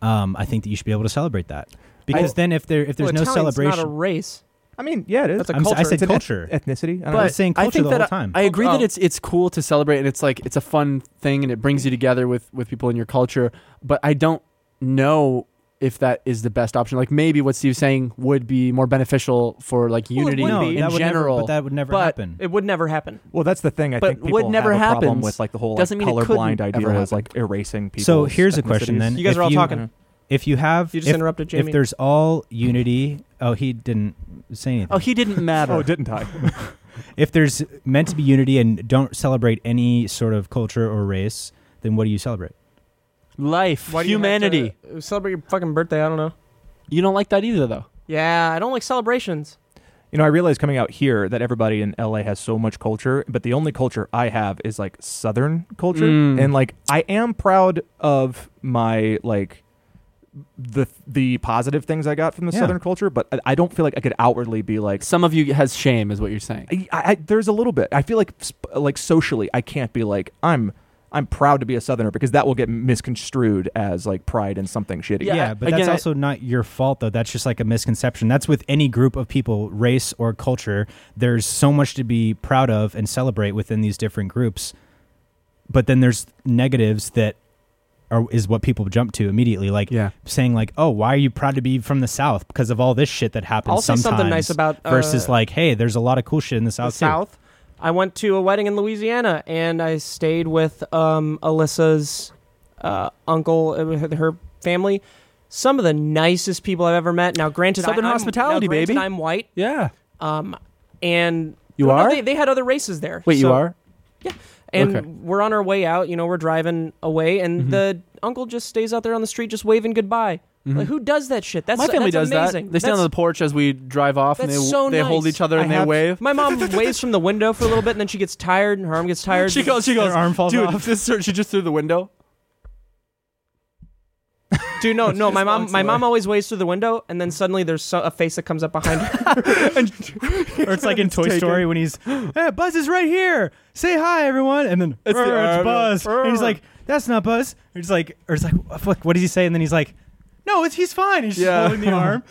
um, I think that you should be able to celebrate that because then if there if there's no celebration, not a race. I mean, yeah, it is. That's a I'm s- culture. I said It's an eth- culture. ethnicity. I don't I know. was saying I culture think the that whole I- time. I, agree Oh. that it's it's cool to celebrate and it's like it's a fun thing and it brings you together with with people in your culture. But I don't know if that is the best option. Like maybe what Steve's saying would be more beneficial for like it unity would no, be. in that would general. never, but that would never but happen. It would never happen. Well, that's the thing. I But think people what never have a problem happens with like the whole like, doesn't mean it colorblind couldn't idea ever is like erasing people. So here's a question then: You guys if are all you, talking. If you have, You just if, interrupted if Jamie. there's all unity, oh, he didn't say anything. oh, he didn't matter. Oh, didn't I? if there's meant to be unity and don't celebrate any sort of culture or race, then what do you celebrate? Life, Why do you have humanity. You, to uh, celebrate your fucking birthday. I don't know. don't like that either, though. Yeah, I don't like celebrations. You know, I realize coming out here that everybody in LA has so much culture, but the only culture I have is like Southern culture, Mm. and like I am proud of my like the the positive things I got from the Yeah. Southern culture, but I, I don't feel like I could outwardly be like. Some of you has shame, is what you're saying. I, I, there's a little bit. I feel like sp- like socially, I can't be like I'm. I'm proud to be a Southerner because that will get misconstrued as like pride and something shitty. Yeah, Yeah, I- but again, that's I- also not your fault though. That's just like a misconception. That's with any group of people, race or culture. There's so much to be proud of and celebrate within these different groups. But then there's negatives that are is what people jump to immediately, like Yeah. saying like, "Oh, why are you proud to be from the South because of all this shit that happens?" I'll say sometimes, something nice about uh, versus like, "Hey, there's a lot of cool shit in the the South." too." South. I went to a wedding in Louisiana and I stayed with um, Alyssa's uh, uncle, uh, her her family. Some of the nicest people I've ever met. Now, granted, Southern I, I'm, hospitality, now, granted, baby. I'm white, Yeah. um, and You no, no, are? They, they had other races there. Wait, you So- are? And Okay. Mm-hmm. we're on our way out. You know, we're driving away, and the uncle just stays out there on the street, just waving goodbye. Like, who does that shit? That's Mm-hmm. My family that's does amazing. that. They stand That's- on the porch as we drive off, and they, That's so they hold nice. each other and I they have- wave. My mom waves from the window for a little bit, and then she gets tired, and her arm gets tired. She goes, she goes, arm falls dude. off." This she just threw the window. Dude, no, no. My mom, walks my away. mom always waves through the window, and then suddenly there's so, a face that comes up behind her. or it's like in Toy taken. Story when he's, hey, Buzz is right here. Say hi, everyone. And then, it's, It's the arm. Buzz. And he's like, that's not Buzz. And he's like, or it's like, "Oh, fuck, what does he say? And then he's like, no, it's he's fine. He's just Yeah. holding the arm.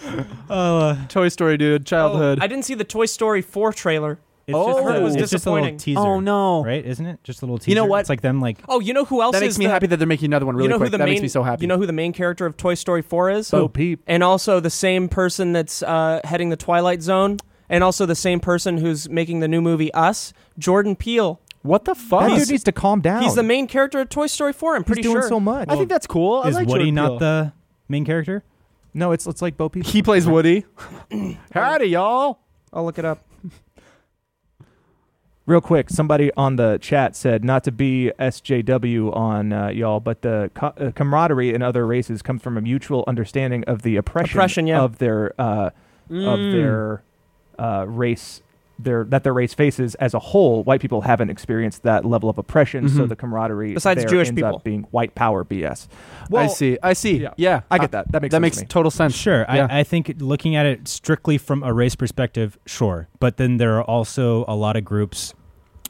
Uh, Toy Story, dude. Childhood. I didn't see the Toy Story 4 trailer. it's Oh. just, I heard it was a- it's just a disappointing. little teaser. oh no. Right? Isn't it? Just a little teaser. You know what? It's like them, like, Oh, you know who else That makes is me the- happy that they're making another one really you know quick. who the that main, makes me so happy. You know who the main character of Toy Story 4 is? So peep. And also the same person that's uh, heading the Twilight Zone, and also the same person who's making the new movie Us, Jordan Peele. what the fuck? That dude needs to calm down. He's the main character of Toy Story 4. I'm Oh. He's pretty doing sure. so much. I think that's cool. I is like Woody Jordan not Peele. the main character? no, it's it's like Bo Peep. He plays Woody. Mm. Howdy, y'all. I'll look it up. Real quick, somebody on the chat said not to be SJW on uh, y'all, but the co- uh, camaraderie in other races comes from a mutual understanding of the oppression, Mm. Mm. Oppression, yeah. of their uh, of their uh, race their that their race faces as a whole, white people haven't experienced that level of oppression. So Mhm. the camaraderie Besides there Jewish ends people. up being white power BS. I see. I see. yeah. Yeah, I get that. That makes that sense makes to me. total sense. Sure. Yeah. I, I think looking at it strictly from a race perspective, sure. But then there are also a lot of groups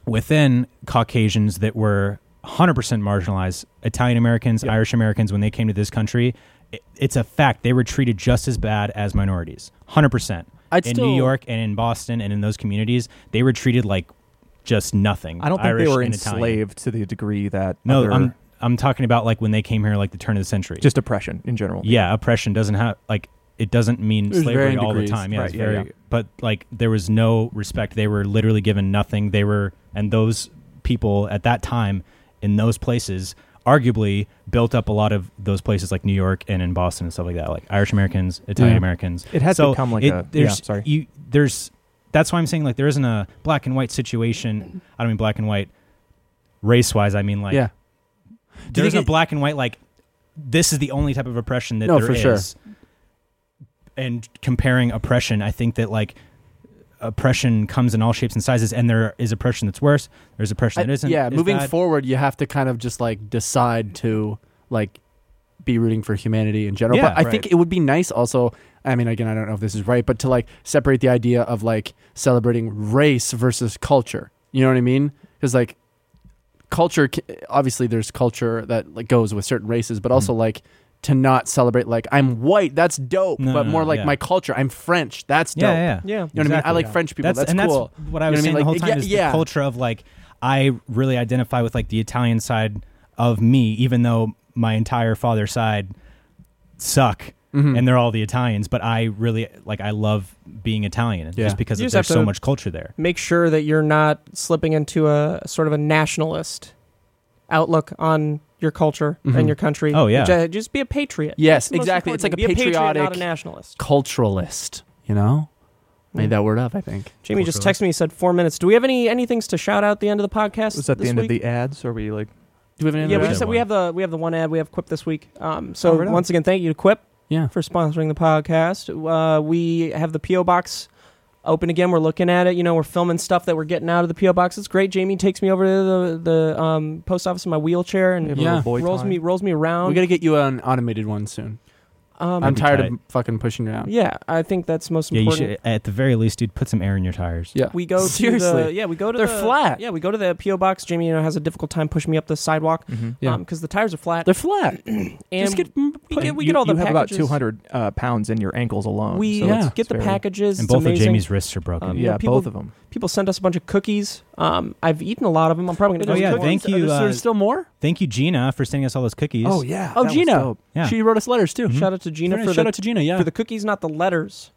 within Caucasians that were 100% marginalized. Italian Americans, Irish Americans, when they came to this country, it, it's a fact they were treated just as bad as minorities. 100%. I'd in still- New York and in Boston and in those communities, they were treated like just nothing. I don't think Irish they were and Italian. enslaved to the degree that No, other- I'm I'm talking about like when they came here, like the turn of the century. just oppression in general. yeah, oppression doesn't have like it doesn't mean There's slavery varying all degrees. the time. Yeah, Right, it's yeah, very, yeah. but like there was no respect. They were literally given nothing. They were and those people at that time in those places arguably built up a lot of those places like New York and in Boston and stuff like that, like Irish Americans, Italian Yeah. Americans. It has so become like it- a- there's, yeah, sorry. You there's that's why I'm saying like there isn't a black and white situation. I don't mean black and white race wise, I mean like yeah. Do you there's think no it- black and white like this is the only type of oppression that No, there for is. sure. and comparing oppression i think that like oppression comes in all shapes and sizes and there is oppression that's worse there's oppression I- that isn't yeah. as Moving bad. forward, you have to kind of just like decide to like be rooting for humanity in general. Yeah, but I think it would be nice also. I mean, again, I don't know if this is right, but to like separate the idea of like celebrating race versus culture. You know what I mean? Because like culture, c- obviously, there's culture that like goes with certain races, but Mm-hmm. also like to not celebrate like I'm white, that's dope, No, but no, more no, like yeah. my culture, I'm French, that's dope. yeah yeah Yeah. You know what I mean? I Exactly. like French people. That's, and cool. that's what i was You know what I saying mean? the whole Like, time yeah, is the yeah. culture of like i really identify with like the italian side of me even though my entire father's side suck Mhm. and they're all the italians but i really like i love being italian Yeah. just because You of- just there's have so to- much culture there Make sure that you're not slipping into a sort of a nationalist outlook on your culture Mhm. and your country. Oh, yeah. Ju- Just be a patriot. Yes, That's the most exactly. important It's like thing. a Be patriot, not a patriotic- nationalist. culturalist, you know? Made that word up, I think. Jamie just texted me. He said four minutes. Do we have any any things to shout out at the end of the podcast? Was that the this end week? of the ads? Or were you like Do we have any Yeah, other- we Yeah. just we have the we have the one ad we have Quip this week. Um, so Oh, right on. once again, thank you to Quip Yeah. for sponsoring the podcast. Uh, we have the PO box open again. We're looking at it. You know, we're filming stuff that we're getting out of the PO box. It's great. Jamie takes me over to the the um, post office in my wheelchair and Yeah. little boy rolls time? me rolls me around. We gotta get you an automated one soon. um, I'm be tired tight. of fucking pushing you around. yeah, I think that's most Yeah, you important. should at the very least, dude, put some air in your tires. Yeah. We go to the Seriously. yeah. We go to They're the- flat. Yeah, we go to the PO box. Jamie, you know, has a difficult time pushing me up the sidewalk Mhm. Yeah. because the tires are flat. They're flat. and Just get mm, we get, we you, get all the you have about packages. 200 uh, pounds in your ankles alone. We so it's- yeah. get the very- packages. And it's both amazing. of Jamie's wrists are broken. Um, yeah, yeah, people- both of them. People sent us a bunch of cookies. Um, I've eaten a lot of them. I'm probably gonna. Oh, go yeah, through thank them. you, There's, uh, there's still more? Thank you, Gina, for sending us all those cookies. Oh yeah. Oh, that was Gina. dope. Yeah. She wrote us letters too. Shout out to Gina Very for nice. mm-hmm. Shout the out to Gina, yeah. for the cookies, not the letters.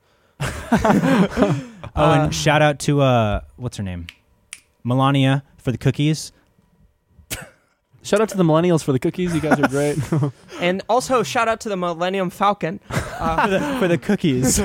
oh, and shout out to uh, what's her name, Melania, for the cookies. Shout out to the millennials for the cookies. You guys are great. And also shout out to the Millennium Falcon. Uh, for the cookies.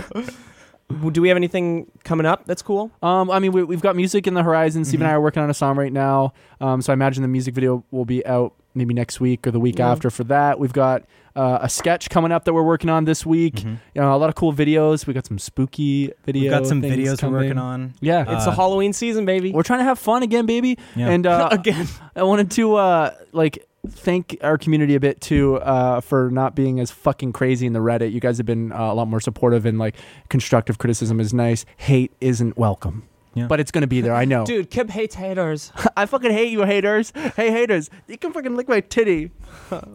do we have anything coming up that's cool? um, I mean, we, we've got music in the horizon. Steve and Mm-hmm. I are working on a song right now. Um, so I imagine the music video will be out maybe next week or the week Yeah. after for that. We've got uh, a sketch coming up that we're working on this week. You know, a lot of cool videos. We got some spooky Mm-hmm. video. We've got some things videos coming. we're working on. Yeah, It's Uh, the Halloween season, baby. we're trying to have fun again, baby. Yeah. And uh, Again. I wanted to uh, like thank our community a bit too uh, for not being as fucking crazy in the Reddit. You guys have been uh, a lot more supportive and like constructive criticism is nice. Hate isn't welcome. Yeah. But it's gonna be there, I know. Dude, Kib hates haters. I fucking hate you, haters. Hey, haters, you can fucking lick my titty.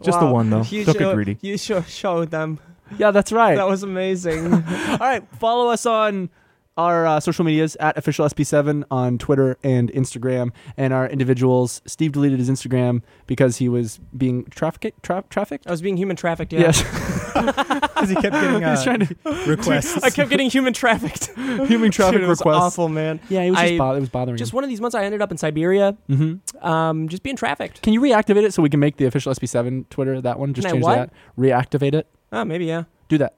Just the one though. You Don't get show- greedy. You sure showed them. Yeah, that's right. That was amazing. All right, follow us on our uh, social medias at official sp7 on Twitter and Instagram, and our individuals. Steve deleted his Instagram because he was being trafficked. Tra- trafficked. I was being human trafficked. Yeah. Yes, Because he kept getting he uh, was trying to requests. I kept getting human trafficked. human traffic Dude, it was requests. Awful man. Yeah, it was just I- bo- it was bothering. Just one of these months, I ended up in Siberia, him. Mhm. um, just being trafficked. Can you reactivate it so we can make the official sp7 Twitter that one? Just Can I change what? that. Reactivate it. Oh, maybe yeah. Do that.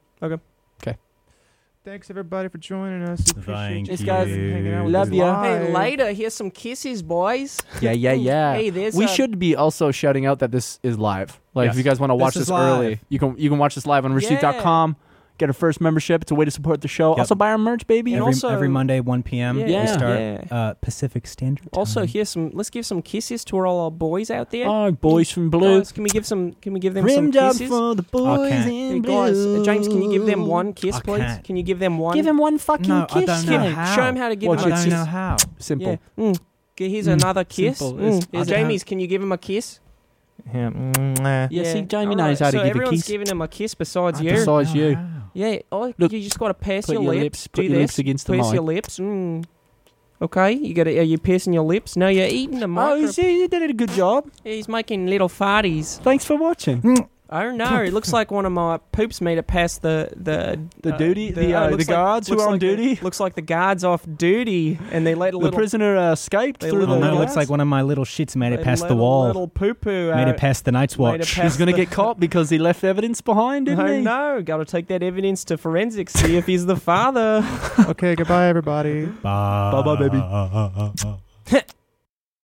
Thanks everybody for joining us. Thank Thanks, you. guys. Love ya. Hey, later, here's some kisses, boys. Yeah, yeah, yeah. Hey, uh, there's we a- should be also shouting out that this is live. Like Yes. if you guys want to watch is this, early, live. you can you can watch this live on receipt.com. Get our first membership. It's a way to support the show. Yep. Also, buy our merch, baby. Every, also- every Monday, 1 p.m. Yeah. we start Yeah. uh, Pacific Standard. Time. Also, here's some. Let's give some kisses to all our boys out there. Oh, boys from blue. Guys, can we give some? Can we give them Rimmed some up kisses? for the boys can't. Hey, in guys, blue. uh, James, can you give them one kiss, I please? can't. Can you give them one? Give him one fucking no, I kiss. don't Give know it- how. show 'em how to give Well, it I a don't kiss. know how. Simple. Yeah. Mm. Okay, Here's Mm. another kiss. Simple. Mm. It's- I don't James, can you give him a kiss? Yeah, mm, eh. Yeah, see, Jamie Alright, knows how so to give a everyone's kiss. giving him a kiss besides I you. don't Besides know Oh, you. how. Yeah, oh, Look, you just got to pierce Put your, lips. do put your this. lips against the pierce mic. your lips. Mm. Okay, you got. Are you piercing your lips? No, you're eating the Oh, micro. you see, you did a good job. He's making little farties. Thanks for watching. I don't know. It looks like one of my poops made it past the the The duty- the, oh, uh, it the looks guards who looks are on like the- duty? looks like the guards off duty, and they let a The little prisoner uh, escaped They through little the Oh, no, it guys. looks like one of my little shits made it they past let the a wall. Little poo poo. made it past the Night's made it Watch. past He's gonna the- get caught because he left evidence behind, didn't Oh he? no! Got to take that evidence to forensics. See if he's the father. 아. okay, goodbye, everybody. Bye Bye-bye, baby. baby.